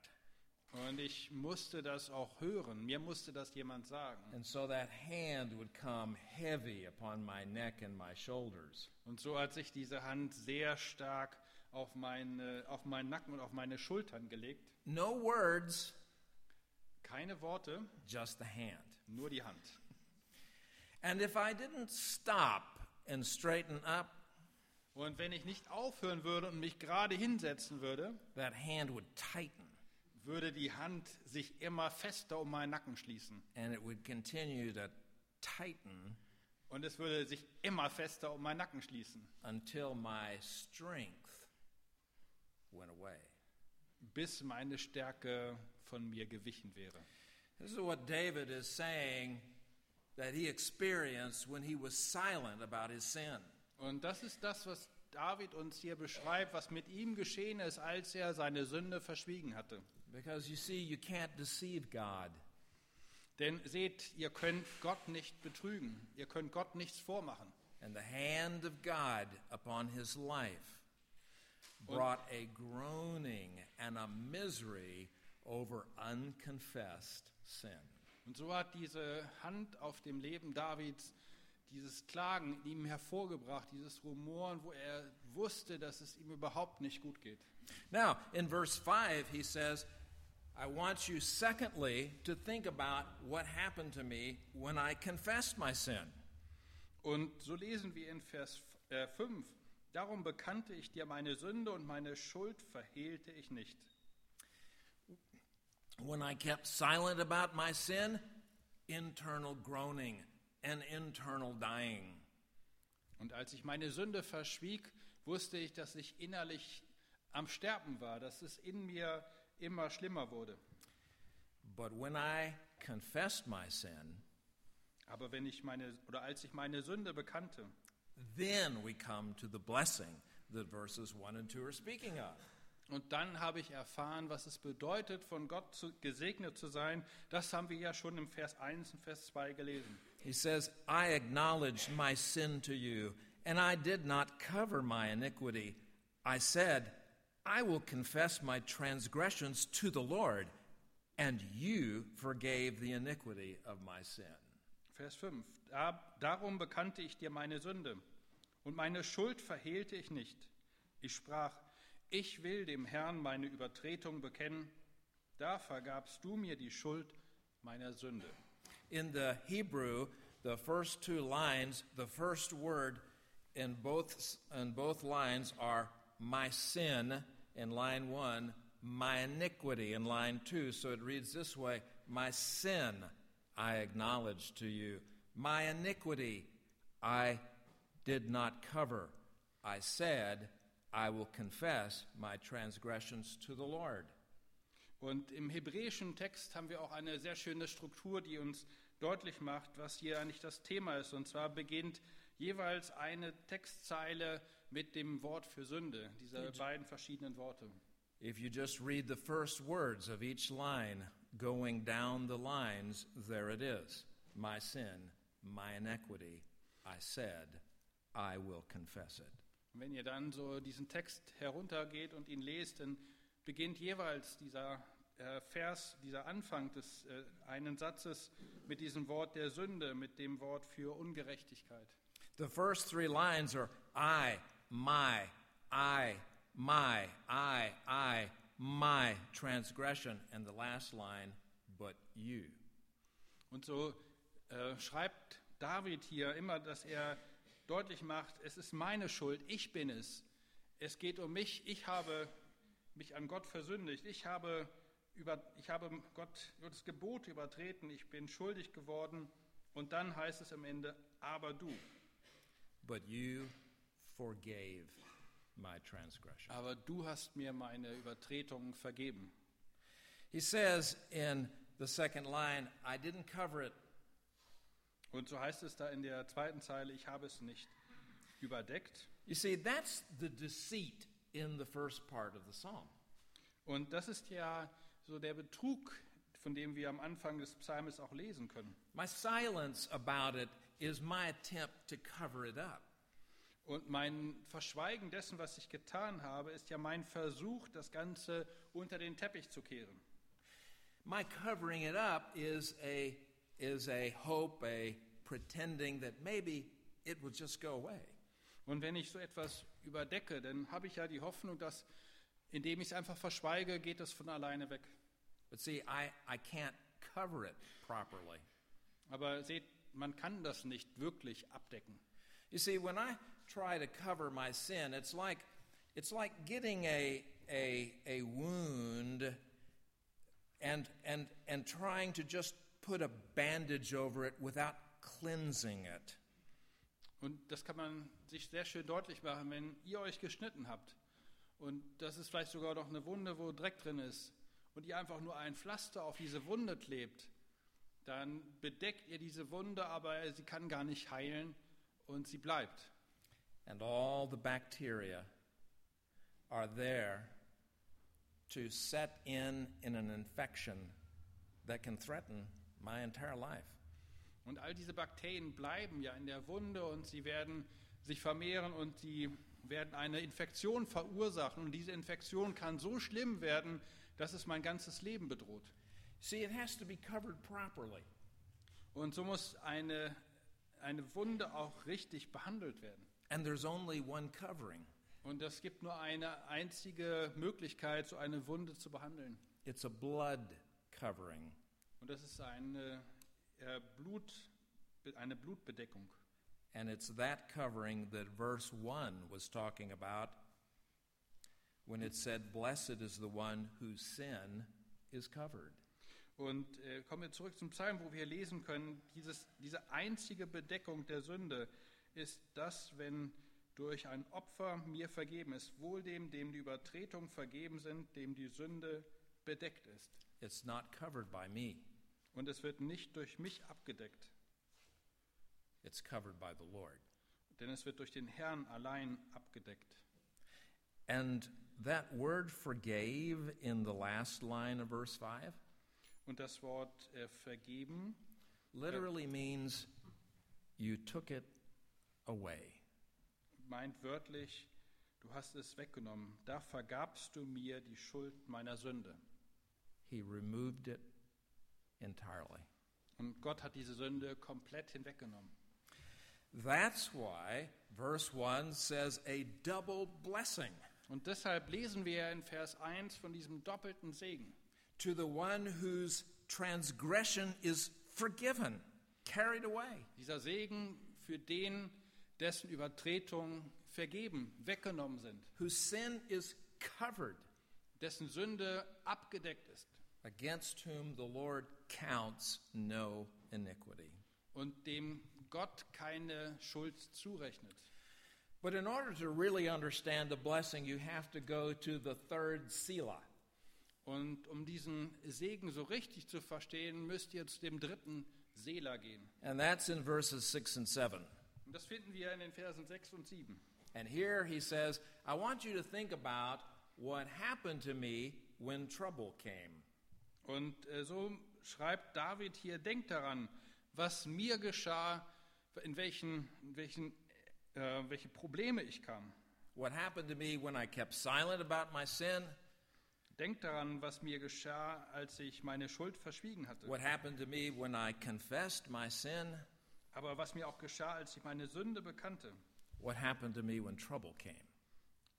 [SPEAKER 2] Und ich musste das auch hören. Mir musste das jemand sagen.
[SPEAKER 1] And so that hand would come heavy upon my neck and my shoulders.
[SPEAKER 2] Und so hat sich diese Hand sehr stark auf, meine, auf meinen Nacken und auf meine Schultern gelegt.
[SPEAKER 1] No words,
[SPEAKER 2] Keine Worte,
[SPEAKER 1] just the hand.
[SPEAKER 2] nur die Hand.
[SPEAKER 1] And if I didn't stop and straighten up,
[SPEAKER 2] Und wenn ich nicht aufhören würde und mich gerade hinsetzen würde,
[SPEAKER 1] that hand would tighten
[SPEAKER 2] würde die Hand sich immer fester um meinen Nacken schließen.
[SPEAKER 1] and it would continue to tighten
[SPEAKER 2] Und es würde sich immer fester um meinen Nacken schließen,
[SPEAKER 1] until my strength went away.
[SPEAKER 2] bis meine Stärke von mir gewichen wäre.
[SPEAKER 1] This is what David is saying that he experienced when he was silent about his sin.
[SPEAKER 2] Und das ist das, was David uns hier beschreibt, was mit ihm geschehen ist, als er seine Sünde verschwiegen hatte.
[SPEAKER 1] Because you see, you can't deceive God.
[SPEAKER 2] Denn seht, ihr könnt Gott nicht betrügen, ihr könnt Gott nichts vormachen.
[SPEAKER 1] And the hand of God upon his life brought a groaning and a misery over unconfessed sin.
[SPEAKER 2] Und so hat diese Hand auf dem Leben Davids dieses Klagen in ihm hervorgebracht, dieses Rumoren, wo er wusste, dass es ihm überhaupt nicht gut geht.
[SPEAKER 1] Now, in verse 5, he says, I want you, secondly, to think about what happened to me when I confessed my sin.
[SPEAKER 2] Und so lesen wir in Vers 5. Darum bekannte ich dir meine Sünde und meine Schuld verhehlte ich nicht.
[SPEAKER 1] When I kept silent about my sin, internal groaning and internal dying.
[SPEAKER 2] Und als ich meine Sünde verschwieg, wusste ich, dass ich innerlich am Sterben war, dass es in mir immer schlimmer wurde.
[SPEAKER 1] But when I confessed my sin,
[SPEAKER 2] Aber wenn ich meine oder als ich meine Sünde bekannte,
[SPEAKER 1] then we come to the blessing that verses 1 and 2 are speaking of.
[SPEAKER 2] und dann habe ich erfahren, was es bedeutet, von Gott zu, gesegnet zu sein. Das haben wir ja schon im Vers 1 und Vers 2 gelesen.
[SPEAKER 1] He says, I acknowledged my sin to you, and I did not cover my iniquity. I said, I will confess my transgressions to the Lord, and you forgave the iniquity of my sin.
[SPEAKER 2] Vers 5. Da, darum bekannte ich dir meine Sünde und meine Schuld verhehlte ich nicht. Ich sprach, ich will dem Herrn meine Übertretung bekennen. Da vergabst du mir die Schuld meiner Sünde.
[SPEAKER 1] In the Hebrew, the first two lines, the first word in both in both lines are my sin in line 1, my iniquity in line 2. So it reads this way, my sin I acknowledge to you, my iniquity I did not cover. I said, I will confess my transgressions to the Lord.
[SPEAKER 2] Und im hebräischen Text haben wir auch eine sehr schöne Struktur, die uns deutlich macht, was hier eigentlich das Thema ist. Und zwar beginnt jeweils eine Textzeile mit dem Wort für Sünde, diese beiden verschiedenen Worte.
[SPEAKER 1] If you just read the first words of each line going down the lines, there it is. My sin, my iniquity, I said, I will confess it.
[SPEAKER 2] Und wenn ihr dann so diesen Text heruntergeht und ihn lest, dann beginnt jeweils dieser äh, Vers, dieser Anfang des äh, einen Satzes mit diesem Wort der Sünde, mit dem Wort für Ungerechtigkeit.
[SPEAKER 1] The first three lines are I, my, I, my, I, I, my transgression. And the last line, but you.
[SPEAKER 2] Und so äh, schreibt David hier immer, dass er deutlich macht, es ist meine Schuld, ich bin es. Es geht um mich, ich habe mich an Gott versündigt, ich habe, über, ich habe Gott, Gottes Gebot übertreten, ich bin schuldig geworden. Und dann heißt es am Ende, aber du.
[SPEAKER 1] But you forgave my transgression.
[SPEAKER 2] Aber du hast mir meine Übertretungen vergeben.
[SPEAKER 1] He says in the second line, I didn't cover it.
[SPEAKER 2] Und so heißt es da in der zweiten Zeile, ich habe es nicht überdeckt.
[SPEAKER 1] You see, that's the deceit in the first part of the psalm.
[SPEAKER 2] Und das ist ja so der Betrug, von dem wir am Anfang des Psalmes auch lesen können.
[SPEAKER 1] My silence about it is my attempt to cover it up.
[SPEAKER 2] Und mein Verschweigen dessen, was ich getan habe, ist ja mein Versuch, das Ganze unter den Teppich zu kehren.
[SPEAKER 1] My covering it up is a is a hope, a pretending that maybe it will just go away.
[SPEAKER 2] Und wenn ich so etwas überdecke, dann habe ich ja die Hoffnung, dass indem ich es einfach verschweige, geht es von alleine weg.
[SPEAKER 1] But see, I, I can't cover it properly.
[SPEAKER 2] Aber seht, man kann das nicht wirklich abdecken.
[SPEAKER 1] You see, when I try to cover my sin, it's like it's like getting a a a wound and and and trying to just put a bandage over it without cleansing it.
[SPEAKER 2] Und das kann man sich sehr schön deutlich machen, wenn ihr euch geschnitten habt. Und das ist vielleicht sogar noch eine Wunde, wo Dreck drin ist. Und ihr einfach nur ein Pflaster auf diese Wunde klebt. Dann bedeckt ihr diese Wunde, aber sie kann gar nicht heilen und sie bleibt.
[SPEAKER 1] And all the bacteria are there to set in in an infection that can threaten my entire life.
[SPEAKER 2] Und all diese Bakterien bleiben ja in der Wunde und sie werden sich vermehren und sie werden eine Infektion verursachen. Und diese Infektion kann so schlimm werden, dass es mein ganzes Leben bedroht.
[SPEAKER 1] See, it has to be covered properly.
[SPEAKER 2] Und so muss eine, eine Wunde auch richtig behandelt werden.
[SPEAKER 1] And there's only one covering
[SPEAKER 2] Und es gibt nur eine einzige Möglichkeit, so eine Wunde zu behandeln.
[SPEAKER 1] it's a blood covering.
[SPEAKER 2] Und das ist eine, äh, Blut, eine Blutbedeckung.
[SPEAKER 1] And it's that covering that verse 1 was talking about when it said, Blessed is the one whose sin is covered.
[SPEAKER 2] Und äh, kommen wir zurück zum Psalm, wo wir lesen können, dieses, diese einzige Bedeckung der Sünde ist das, wenn durch ein Opfer mir vergeben ist, wohl dem, dem die Übertretung vergeben sind, dem die Sünde bedeckt ist.
[SPEAKER 1] It's not covered by me,
[SPEAKER 2] Und es wird nicht durch mich abgedeckt,
[SPEAKER 1] it's covered by the Lord.
[SPEAKER 2] denn es wird durch den Herrn allein abgedeckt.
[SPEAKER 1] And that word forgave in the last line of verse 5
[SPEAKER 2] Und das Wort äh, vergeben
[SPEAKER 1] literally means you took it away.
[SPEAKER 2] meint wörtlich, du hast es weggenommen, da vergabst du mir die Schuld meiner Sünde.
[SPEAKER 1] He removed it entirely.
[SPEAKER 2] Und Gott hat diese Sünde komplett hinweggenommen.
[SPEAKER 1] That's why verse 1 says a double blessing
[SPEAKER 2] Und deshalb lesen wir in Vers 1 von diesem doppelten Segen.
[SPEAKER 1] to the one whose transgression is forgiven, carried away.
[SPEAKER 2] Dieser Segen für den, dessen Übertretungen vergeben, weggenommen sind,
[SPEAKER 1] whose sin is covered,
[SPEAKER 2] dessen Sünde abgedeckt ist
[SPEAKER 1] against whom the Lord counts no iniquity.
[SPEAKER 2] und dem Gott keine Schuld zurechnet.
[SPEAKER 1] But in order to really understand the blessing, you have to go to the third Selah.
[SPEAKER 2] Und um diesen Segen so richtig zu verstehen, müsst ihr zu dem dritten Seela gehen.
[SPEAKER 1] And that's in verses 6 and 7.
[SPEAKER 2] Und das finden wir in den Versen 6 und 7.
[SPEAKER 1] And here he says, I want you to think about what happened to me when trouble came.
[SPEAKER 2] Und äh, so schreibt David hier, denkt daran, was mir geschah, in welchen, in welchen äh, welche Probleme ich kam.
[SPEAKER 1] What happened to me when I kept silent about my sin
[SPEAKER 2] Denkt daran, was mir geschah, als ich meine Schuld verschwiegen hatte.
[SPEAKER 1] what happened to me when I confessed my sin,
[SPEAKER 2] Aber was mir auch geschah, als ich meine Sünde bekannte.
[SPEAKER 1] what happened to me when trouble came.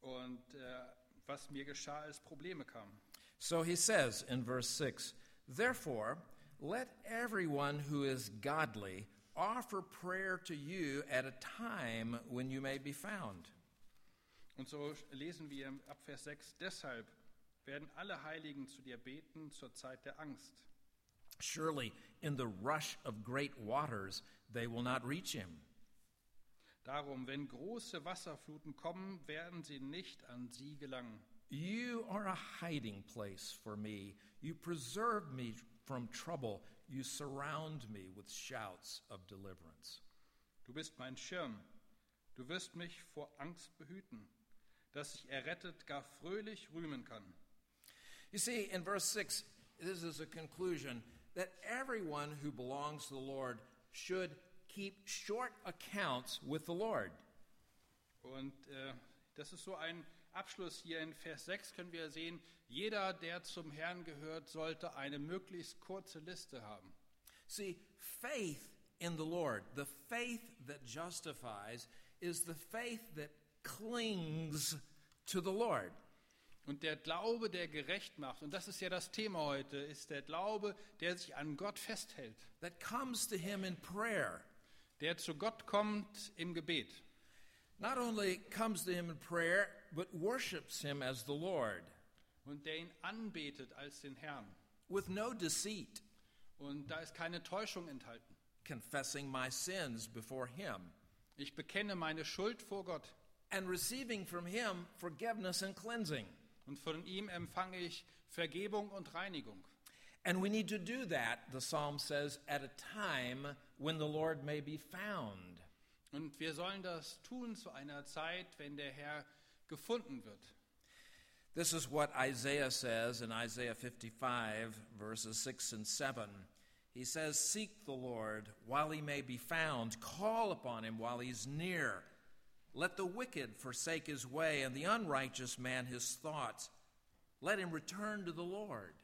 [SPEAKER 2] Und äh, was mir geschah, als Probleme kamen.
[SPEAKER 1] So he says in verse 6 Therefore, let everyone who is godly offer prayer to you at a time when you may be found.
[SPEAKER 2] Und so lesen wir im Abvers 6, deshalb werden alle Heiligen zu dir beten zur Zeit der Angst.
[SPEAKER 1] Surely, in the rush of great waters, they will not reach him.
[SPEAKER 2] Darum, wenn große Wasserfluten kommen, werden sie nicht an sie gelangen.
[SPEAKER 1] You are a hiding place for me. You preserve me from trouble. You surround me with shouts of deliverance.
[SPEAKER 2] Du bist mein Schirm. Du wirst mich vor Angst behüten, dass ich errettet gar fröhlich rühmen kann.
[SPEAKER 1] You see, in verse 6, this is a conclusion that everyone who belongs to the Lord should keep short accounts with the Lord.
[SPEAKER 2] Und äh, das ist so ein Abschluss hier in Vers 6 können wir sehen, jeder, der zum Herrn gehört, sollte eine möglichst kurze Liste haben.
[SPEAKER 1] See, faith in the Lord, the faith that justifies, is the faith that clings to the Lord.
[SPEAKER 2] Und der Glaube, der gerecht macht, und das ist ja das Thema heute, ist der Glaube, der sich an Gott festhält,
[SPEAKER 1] that comes to him in prayer.
[SPEAKER 2] der zu Gott kommt im Gebet.
[SPEAKER 1] Not only comes to him in prayer, but worships him as the Lord
[SPEAKER 2] und der ihn anbetet als den Herrn.
[SPEAKER 1] with no deceit,
[SPEAKER 2] Und da ist keine Täuschung enthalten.
[SPEAKER 1] confessing my sins before him
[SPEAKER 2] Ich bekenne meine Schuld vor Gott
[SPEAKER 1] and receiving from him forgiveness and cleansing.
[SPEAKER 2] und von ihm empfange ich Vergebung und Reinigung.
[SPEAKER 1] And we need to do that, the psalm says, at a time when the Lord may be found.
[SPEAKER 2] Und wir sollen das tun zu einer Zeit, wenn der Herr gefunden wird.
[SPEAKER 1] This is what Isaiah says in Isaiah 55, verses 6 and 7. He says, Seek the Lord while he may be found, call upon him while he's near. Let the wicked forsake his way, and the unrighteous man his thoughts. Let him return to the Lord,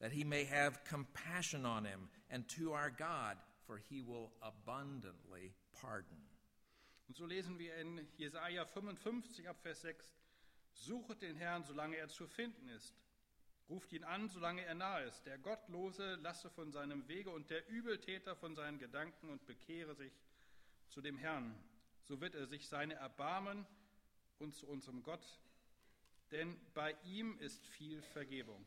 [SPEAKER 1] that he may have compassion on him, and to our God, for he will abundantly pardon.
[SPEAKER 2] Und so lesen wir in Jesaja 55 ab Vers 6: Suchet den Herrn, solange er zu finden ist. Ruft ihn an, solange er nahe ist. Der Gottlose lasse von seinem Wege und der Übeltäter von seinen Gedanken und bekehre sich zu dem Herrn. So wird er sich seine erbarmen und zu unserem Gott, denn bei ihm ist viel Vergebung.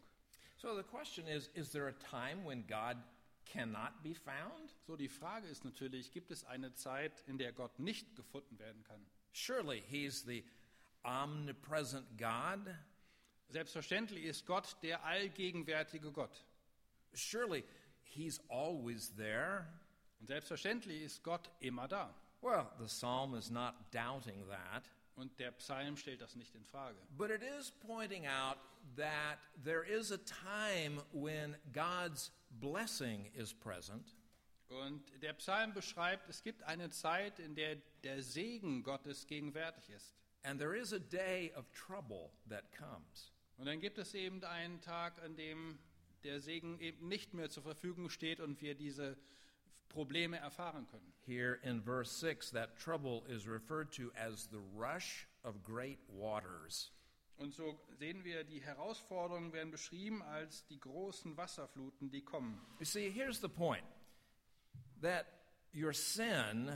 [SPEAKER 1] So the question is Is there a time when God cannot be found?
[SPEAKER 2] So, die Frage ist natürlich: gibt es eine Zeit, in der Gott nicht gefunden werden kann?
[SPEAKER 1] Surely he's the omnipresent God.
[SPEAKER 2] Selbstverständlich ist Gott der allgegenwärtige Gott.
[SPEAKER 1] Surely he's always there.
[SPEAKER 2] Und selbstverständlich ist Gott immer da.
[SPEAKER 1] Well, the psalm is not doubting that,
[SPEAKER 2] Und der Psalm stellt das nicht in Frage.
[SPEAKER 1] but it is pointing out that there is a time when God's blessing is present,
[SPEAKER 2] Und der Psalm beschreibt, es gibt eine Zeit, in der der Segen Gottes gegenwärtig ist.
[SPEAKER 1] and there is a day of trouble that comes.
[SPEAKER 2] Und dann gibt es eben einen Tag, an dem der Segen eben nicht mehr zur Verfügung steht und wir diese Probleme erfahren können.
[SPEAKER 1] Here in verse 6, that trouble is referred to as the rush of great waters.
[SPEAKER 2] Und so sehen wir, die Herausforderungen werden beschrieben als die großen Wasserfluten, die kommen.
[SPEAKER 1] You see, here's the point that your sin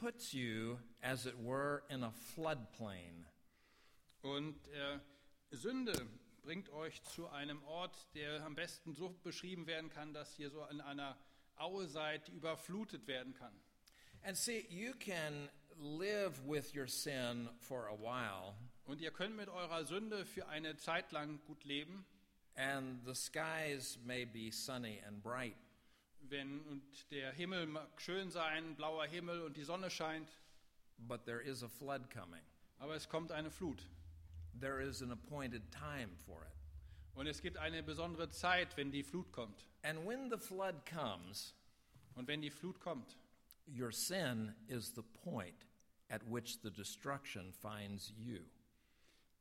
[SPEAKER 1] puts you, as it were, in a floodplain.
[SPEAKER 2] Und äh, Sünde bringt euch zu einem Ort, der am besten so beschrieben werden kann, dass ihr so in einer Aue seid, die überflutet werden kann.
[SPEAKER 1] And see, you can live with your sin for a while,
[SPEAKER 2] Und ihr könnt mit eurer Sünde für eine Zeit lang gut leben,
[SPEAKER 1] and the skies may be sunny and bright,
[SPEAKER 2] wenn und der Himmel mag schön sein, blauer Himmel und die Sonne scheint,
[SPEAKER 1] but there is a flood coming.
[SPEAKER 2] aber es kommt eine Flut.
[SPEAKER 1] There is an appointed time for it.
[SPEAKER 2] Und es gibt eine besondere Zeit, wenn die Flut kommt.
[SPEAKER 1] And when the flood comes,
[SPEAKER 2] Und wenn die Flut kommt,
[SPEAKER 1] your sin is the point at which the destruction finds you.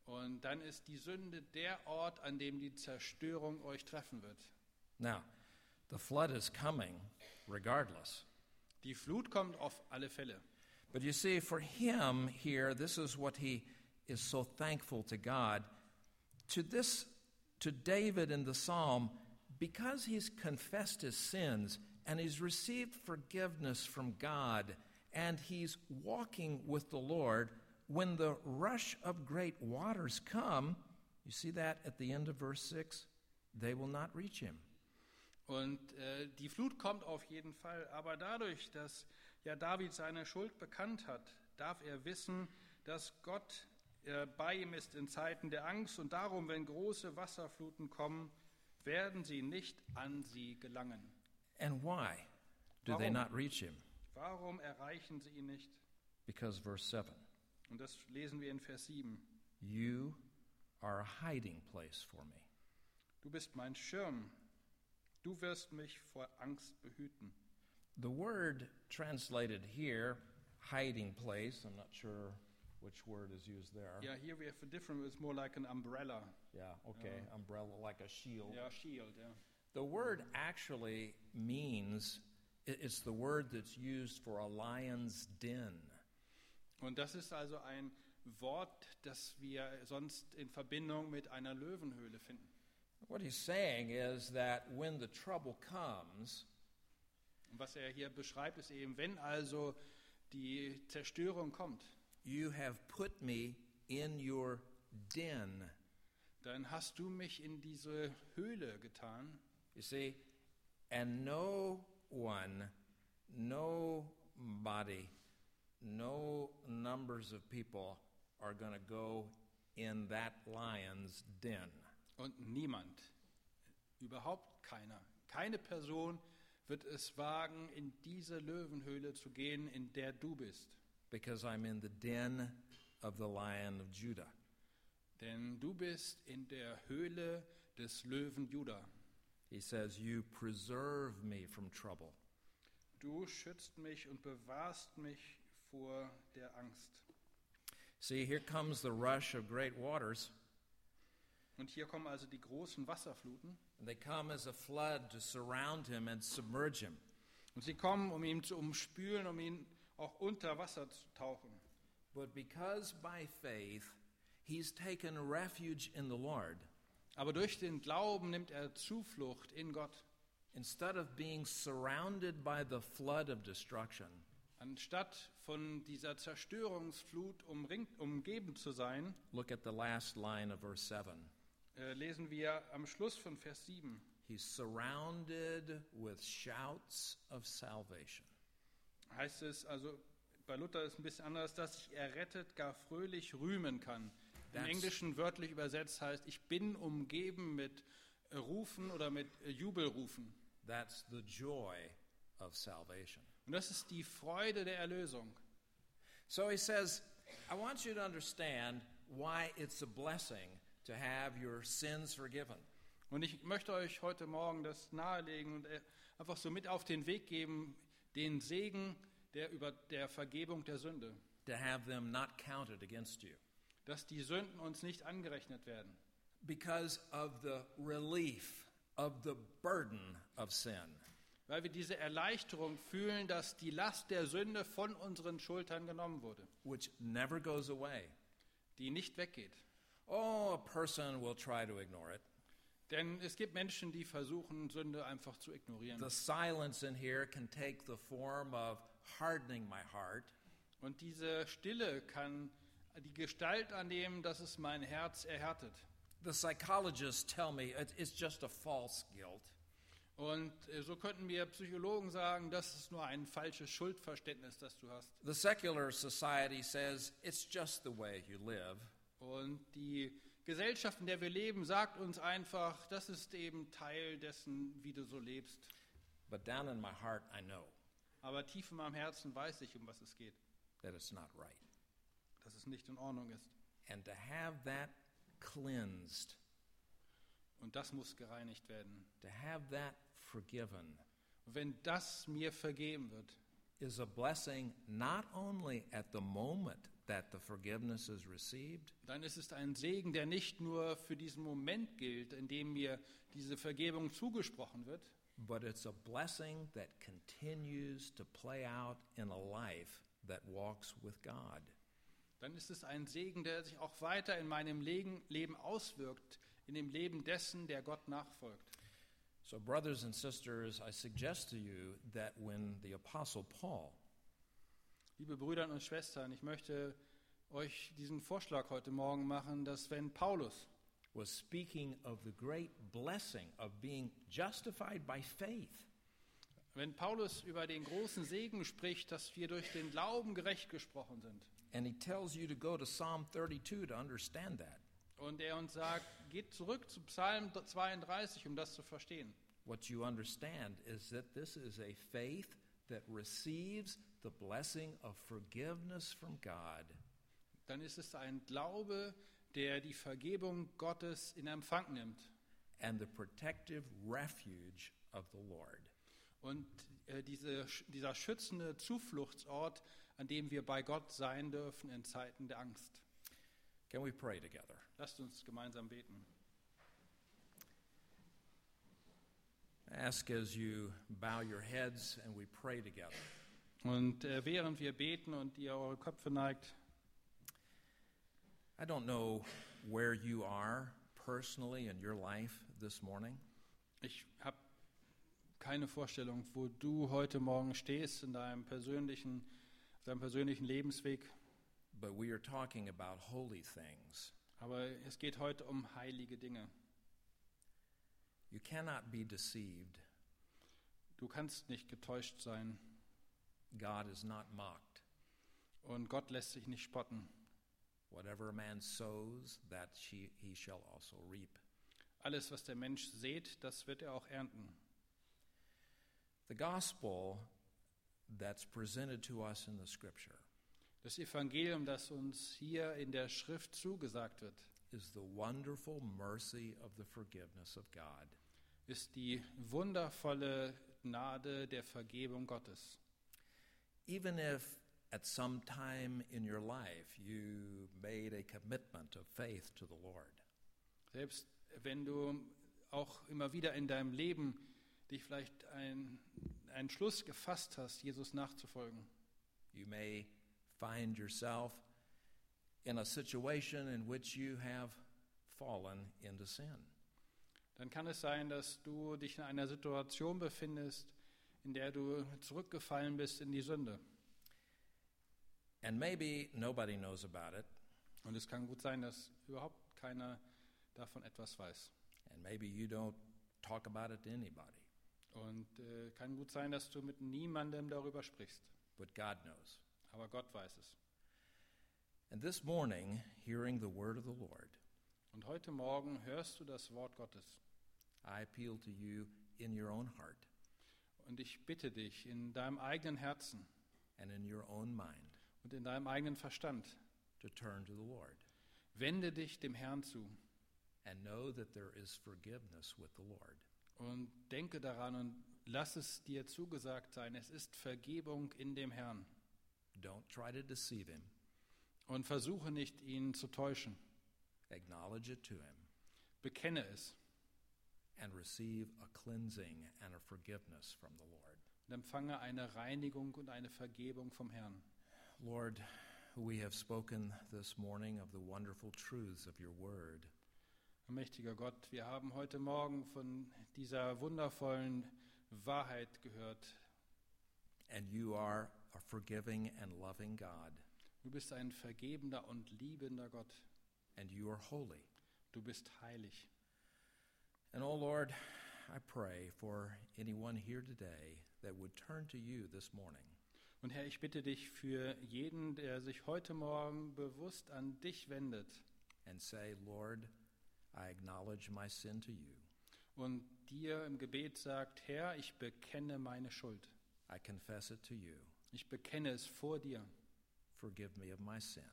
[SPEAKER 2] Und dann ist die Sünde der Ort, an dem die Zerstörung euch treffen wird.
[SPEAKER 1] Now, the flood is coming regardless.
[SPEAKER 2] Die Flut kommt auf alle Fälle.
[SPEAKER 1] But you see, for him here, this is what he is so thankful to God. To this, to David in the psalm, because he's confessed his sins and he's received forgiveness from God and he's walking with the Lord, when the rush of great waters come, you see that at the end of verse 6, they will not reach him.
[SPEAKER 2] Und äh, die Flut kommt auf jeden Fall, aber dadurch, dass ja David seine Schuld bekannt hat, darf er wissen, dass Gott äh, bei ihm ist in Zeiten der Angst und darum, wenn große Wasserfluten kommen, werden sie nicht an sie gelangen.
[SPEAKER 1] And why do they
[SPEAKER 2] Warum?
[SPEAKER 1] not reach him?
[SPEAKER 2] Warum erreichen sie ihn nicht?
[SPEAKER 1] Because verse 7
[SPEAKER 2] Und das lesen wir in Vers 7.
[SPEAKER 1] You are a hiding place for me.
[SPEAKER 2] Du bist mein Schirm. Du wirst mich vor Angst behüten.
[SPEAKER 1] The word translated here, hiding place, I'm not sure which word is used there.
[SPEAKER 2] Ja, here we have a different, it's more like an umbrella.
[SPEAKER 1] Yeah, okay, umbrella, like a shield.
[SPEAKER 2] Ja, Shield, ja.
[SPEAKER 1] The word actually means, i- it's the word that's used for a lion's den.
[SPEAKER 2] Und das ist also ein Wort, das wir sonst in Verbindung mit einer Löwenhöhle finden.
[SPEAKER 1] What he's saying is that when the trouble comes,
[SPEAKER 2] Und was er hier beschreibt, ist eben, wenn also die Zerstörung kommt,
[SPEAKER 1] you have put me in your den.
[SPEAKER 2] dann hast du mich in diese Höhle getan
[SPEAKER 1] You see, and no one, nobody, no numbers of people are going to go in that lion's den.
[SPEAKER 2] und niemand, überhaupt keiner, keine Person wird es wagen, in diese Löwenhöhle zu gehen, in der du bist.
[SPEAKER 1] Because I'm in the den of the lion of Judah.
[SPEAKER 2] Denn du bist in der Höhle des Löwen Juda.
[SPEAKER 1] He says, You preserve me from trouble.
[SPEAKER 2] Du schützt mich und bewahrst mich vor der Angst.
[SPEAKER 1] See, here comes the rush of great waters.
[SPEAKER 2] Und hier kommen also die großen Wasserfluten.
[SPEAKER 1] And they come as a flood to surround him and submerge him.
[SPEAKER 2] Und sie kommen, um ihn zu umspülen, um ihn auch unter Wasser zu tauchen.
[SPEAKER 1] But because by faith he's taken refuge in the Lord,
[SPEAKER 2] Aber durch den Glauben nimmt er Zuflucht in Gott.
[SPEAKER 1] instead of being surrounded by the flood of destruction,
[SPEAKER 2] Anstatt von dieser Zerstörungsflut umringt, umgeben zu sein,
[SPEAKER 1] look at the last line of verse 7.
[SPEAKER 2] äh, lesen wir am Schluss von Vers 7.
[SPEAKER 1] He's surrounded with shouts of salvation.
[SPEAKER 2] Heißt es, also bei Luther ist es ein bisschen anders, dass ich errettet gar fröhlich rühmen kann. Im
[SPEAKER 1] That's-
[SPEAKER 2] Englischen wörtlich übersetzt heißt, ich bin umgeben mit äh, Rufen oder mit äh, Jubelrufen.
[SPEAKER 1] That's the joy of salvation.
[SPEAKER 2] Und das ist die Freude der Erlösung.
[SPEAKER 1] So he says, I want you to understand why it's a blessing to have your sins forgiven.
[SPEAKER 2] Und ich möchte euch heute Morgen das nahelegen und äh, einfach so mit auf den Weg geben, den Segen der, über, der Vergebung der Sünde,
[SPEAKER 1] to have them not counted against you
[SPEAKER 2] dass die Sünden uns nicht angerechnet werden,
[SPEAKER 1] because of the relief of the burden of sin.
[SPEAKER 2] weil wir diese Erleichterung fühlen, dass die Last der Sünde von unseren Schultern genommen wurde,
[SPEAKER 1] Which never goes away.
[SPEAKER 2] die nicht weggeht.
[SPEAKER 1] Oh, a person will try to ignore it.
[SPEAKER 2] Denn es gibt Menschen, die versuchen, Sünde einfach zu ignorieren.
[SPEAKER 1] The silence in here can take the form of hardening my heart
[SPEAKER 2] Und diese Stille kann die Gestalt annehmen, dass es mein Herz erhärtet.
[SPEAKER 1] The psychologists tell me it- it's just a false guilt.
[SPEAKER 2] Und äh, so könnten mir Psychologen sagen, das ist nur ein falsches Schuldverständnis, das du hast.
[SPEAKER 1] The secular society says it's just the way you live.
[SPEAKER 2] Und die Gesellschaft, in der wir leben, sagt uns einfach, das ist eben Teil dessen, wie du so lebst.
[SPEAKER 1] But down in my heart, I know
[SPEAKER 2] Aber tief in meinem Herzen weiß ich, um was es geht,
[SPEAKER 1] that it's not right.
[SPEAKER 2] dass es nicht in Ordnung ist.
[SPEAKER 1] And to have that cleansed
[SPEAKER 2] Und das muss gereinigt werden.
[SPEAKER 1] To have that forgiven
[SPEAKER 2] Und wenn das mir vergeben wird,
[SPEAKER 1] is a blessing not only at the moment that the forgiveness is received,
[SPEAKER 2] dann ist es ein Segen, der nicht nur für diesen Moment gilt, in dem mir diese Vergebung zugesprochen wird,
[SPEAKER 1] but it's a blessing that continues to play out in a life that walks with God.
[SPEAKER 2] dann ist es ein Segen, der sich auch weiter in meinem Legen- Leben auswirkt, in dem Leben dessen, der Gott nachfolgt.
[SPEAKER 1] So, brothers and sisters, I suggest to you that when the Apostle Paul
[SPEAKER 2] Liebe Brüder und Schwestern, ich möchte euch diesen Vorschlag heute Morgen machen, dass wenn Paulus
[SPEAKER 1] was speaking of the great blessing of being justified by faith,
[SPEAKER 2] Wenn Paulus über den großen Segen spricht, dass wir durch den Glauben gerecht gesprochen sind,
[SPEAKER 1] and he tells you to go to Psalm 32 to understand that,
[SPEAKER 2] und er uns sagt, geht zurück zu Psalm 32, um das zu verstehen,
[SPEAKER 1] what you understand is that this is a faith that receives the blessing of forgiveness from God.
[SPEAKER 2] dann ist es ein Glaube, der die Vergebung Gottes in Empfang nimmt
[SPEAKER 1] and the protective refuge of the Lord.
[SPEAKER 2] und äh, diese, dieser schützende Zufluchtsort, an dem wir bei Gott sein dürfen in Zeiten der Angst.
[SPEAKER 1] Can we pray together?
[SPEAKER 2] Lasst uns gemeinsam beten.
[SPEAKER 1] Ask as you bow your heads and we pray together.
[SPEAKER 2] Und äh, während wir beten und ihr eure Köpfe neigt,
[SPEAKER 1] I don't know where you are personally in your life this morning,
[SPEAKER 2] Ich habe keine Vorstellung, wo du heute Morgen stehst in deinem persönlichen, deinem persönlichen Lebensweg.
[SPEAKER 1] but we are talking about holy things.
[SPEAKER 2] Aber es geht heute um heilige Dinge.
[SPEAKER 1] You cannot be deceived.
[SPEAKER 2] Du kannst nicht getäuscht sein
[SPEAKER 1] God is not mocked.
[SPEAKER 2] und Gott lässt sich nicht spotten.
[SPEAKER 1] Whatever a man sows, that she, he shall also reap.
[SPEAKER 2] Alles, was der Mensch sät, das wird er auch ernten.
[SPEAKER 1] The gospel that's presented to us in the scripture
[SPEAKER 2] Das Evangelium, das uns hier in der Schrift zugesagt wird,
[SPEAKER 1] is the wonderful mercy of the forgiveness of God.
[SPEAKER 2] ist die wundervolle Gnade der Vergebung Gottes.
[SPEAKER 1] Even if at some time in your life you made a commitment of faith to the Lord,
[SPEAKER 2] Selbst wenn du auch immer wieder in deinem Leben dich vielleicht ein, einen Schluss gefasst hast, Jesus nachzufolgen,
[SPEAKER 1] you may find yourself in a situation in which you have fallen into sin.
[SPEAKER 2] dann kann es sein, dass du dich in einer Situation befindest, in der du zurückgefallen bist in die Sünde.
[SPEAKER 1] And maybe nobody knows about it,
[SPEAKER 2] Und es kann gut sein, dass überhaupt keiner davon etwas weiß.
[SPEAKER 1] and maybe you don't talk about it to anybody,
[SPEAKER 2] Und äh, kann gut sein, dass du mit niemandem darüber sprichst.
[SPEAKER 1] but God knows.
[SPEAKER 2] Aber Gott weiß es.
[SPEAKER 1] And this morning, hearing the word of the Lord,
[SPEAKER 2] Und heute Morgen hörst du das Wort Gottes.
[SPEAKER 1] I appeal to you in your own heart.
[SPEAKER 2] Und ich bitte dich in deinem eigenen Herzen
[SPEAKER 1] and in your own mind
[SPEAKER 2] und in deinem eigenen Verstand,
[SPEAKER 1] to turn to the Lord
[SPEAKER 2] Wende dich dem Herrn zu
[SPEAKER 1] and know that there is forgiveness with the Lord.
[SPEAKER 2] und denke daran und lass es dir zugesagt sein. Es ist Vergebung in dem Herrn.
[SPEAKER 1] Don't try to deceive him.
[SPEAKER 2] Und versuche nicht, ihn zu täuschen.
[SPEAKER 1] Acknowledge it to him
[SPEAKER 2] Bekenne es
[SPEAKER 1] and receive a cleansing and a forgiveness from the Lord.
[SPEAKER 2] und empfange eine Reinigung und eine Vergebung vom Herrn.
[SPEAKER 1] Lord, we have spoken this morning of the wonderful truths of your word.
[SPEAKER 2] Mächtiger Gott, wir haben heute Morgen von dieser wundervollen Wahrheit gehört.
[SPEAKER 1] And you are a forgiving and loving God,
[SPEAKER 2] Du bist ein vergebender und liebender Gott.
[SPEAKER 1] and you are holy.
[SPEAKER 2] Du bist heilig.
[SPEAKER 1] And oh Lord, I pray for anyone here today that would turn to you this morning.
[SPEAKER 2] Und Herr, ich bitte dich für jeden, der sich heute Morgen bewusst an dich wendet,
[SPEAKER 1] and say, Lord, I acknowledge my sin to you.
[SPEAKER 2] und dir im Gebet sagt, Herr, ich bekenne meine Schuld.
[SPEAKER 1] I confess it to you.
[SPEAKER 2] Ich bekenne es vor dir.
[SPEAKER 1] Forgive me of my sin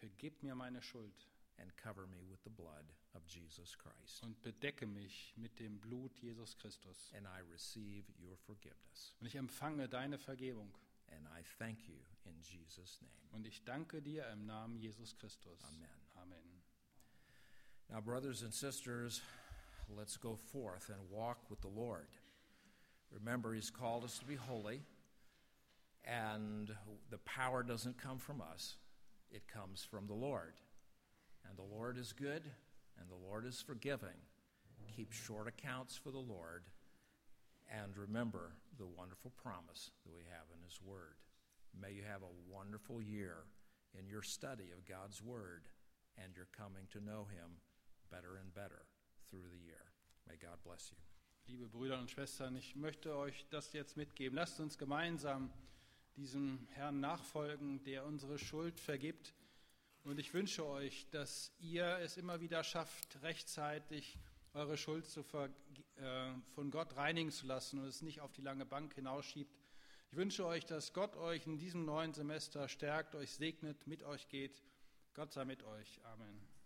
[SPEAKER 2] Vergib mir meine Schuld
[SPEAKER 1] and cover me with the blood of Jesus Christ.
[SPEAKER 2] und bedecke mich mit dem Blut Jesus Christus.
[SPEAKER 1] And I receive your forgiveness
[SPEAKER 2] Und ich empfange deine Vergebung
[SPEAKER 1] And I thank you in Jesus' name.
[SPEAKER 2] Und ich danke dir im Namen Jesus Christus.
[SPEAKER 1] Amen.
[SPEAKER 2] Amen.
[SPEAKER 1] Now, brothers and sisters, let's go forth and walk with the Lord. Remember, He's called us to be holy, and the power doesn't come from us, it comes from the Lord. And the Lord is good, and the Lord is forgiving. Keep short accounts for the Lord, and remember the wonderful promise that we have in His Word. May you have a wonderful year in your study of God's Word, and you're coming to know Him better and better through the year. May God bless you.
[SPEAKER 2] Liebe Brüder und Schwestern, ich möchte euch das jetzt mitgeben. Lasst uns gemeinsam diesem Herrn nachfolgen, der unsere Schuld vergibt. Und ich wünsche euch, dass ihr es immer wieder schafft, rechtzeitig eure Schuld zu verg- äh, von Gott reinigen zu lassen und es nicht auf die lange Bank hinausschiebt. Ich wünsche euch, dass Gott euch in diesem neuen Semester stärkt, euch segnet, mit euch geht. Gott sei mit euch. Amen.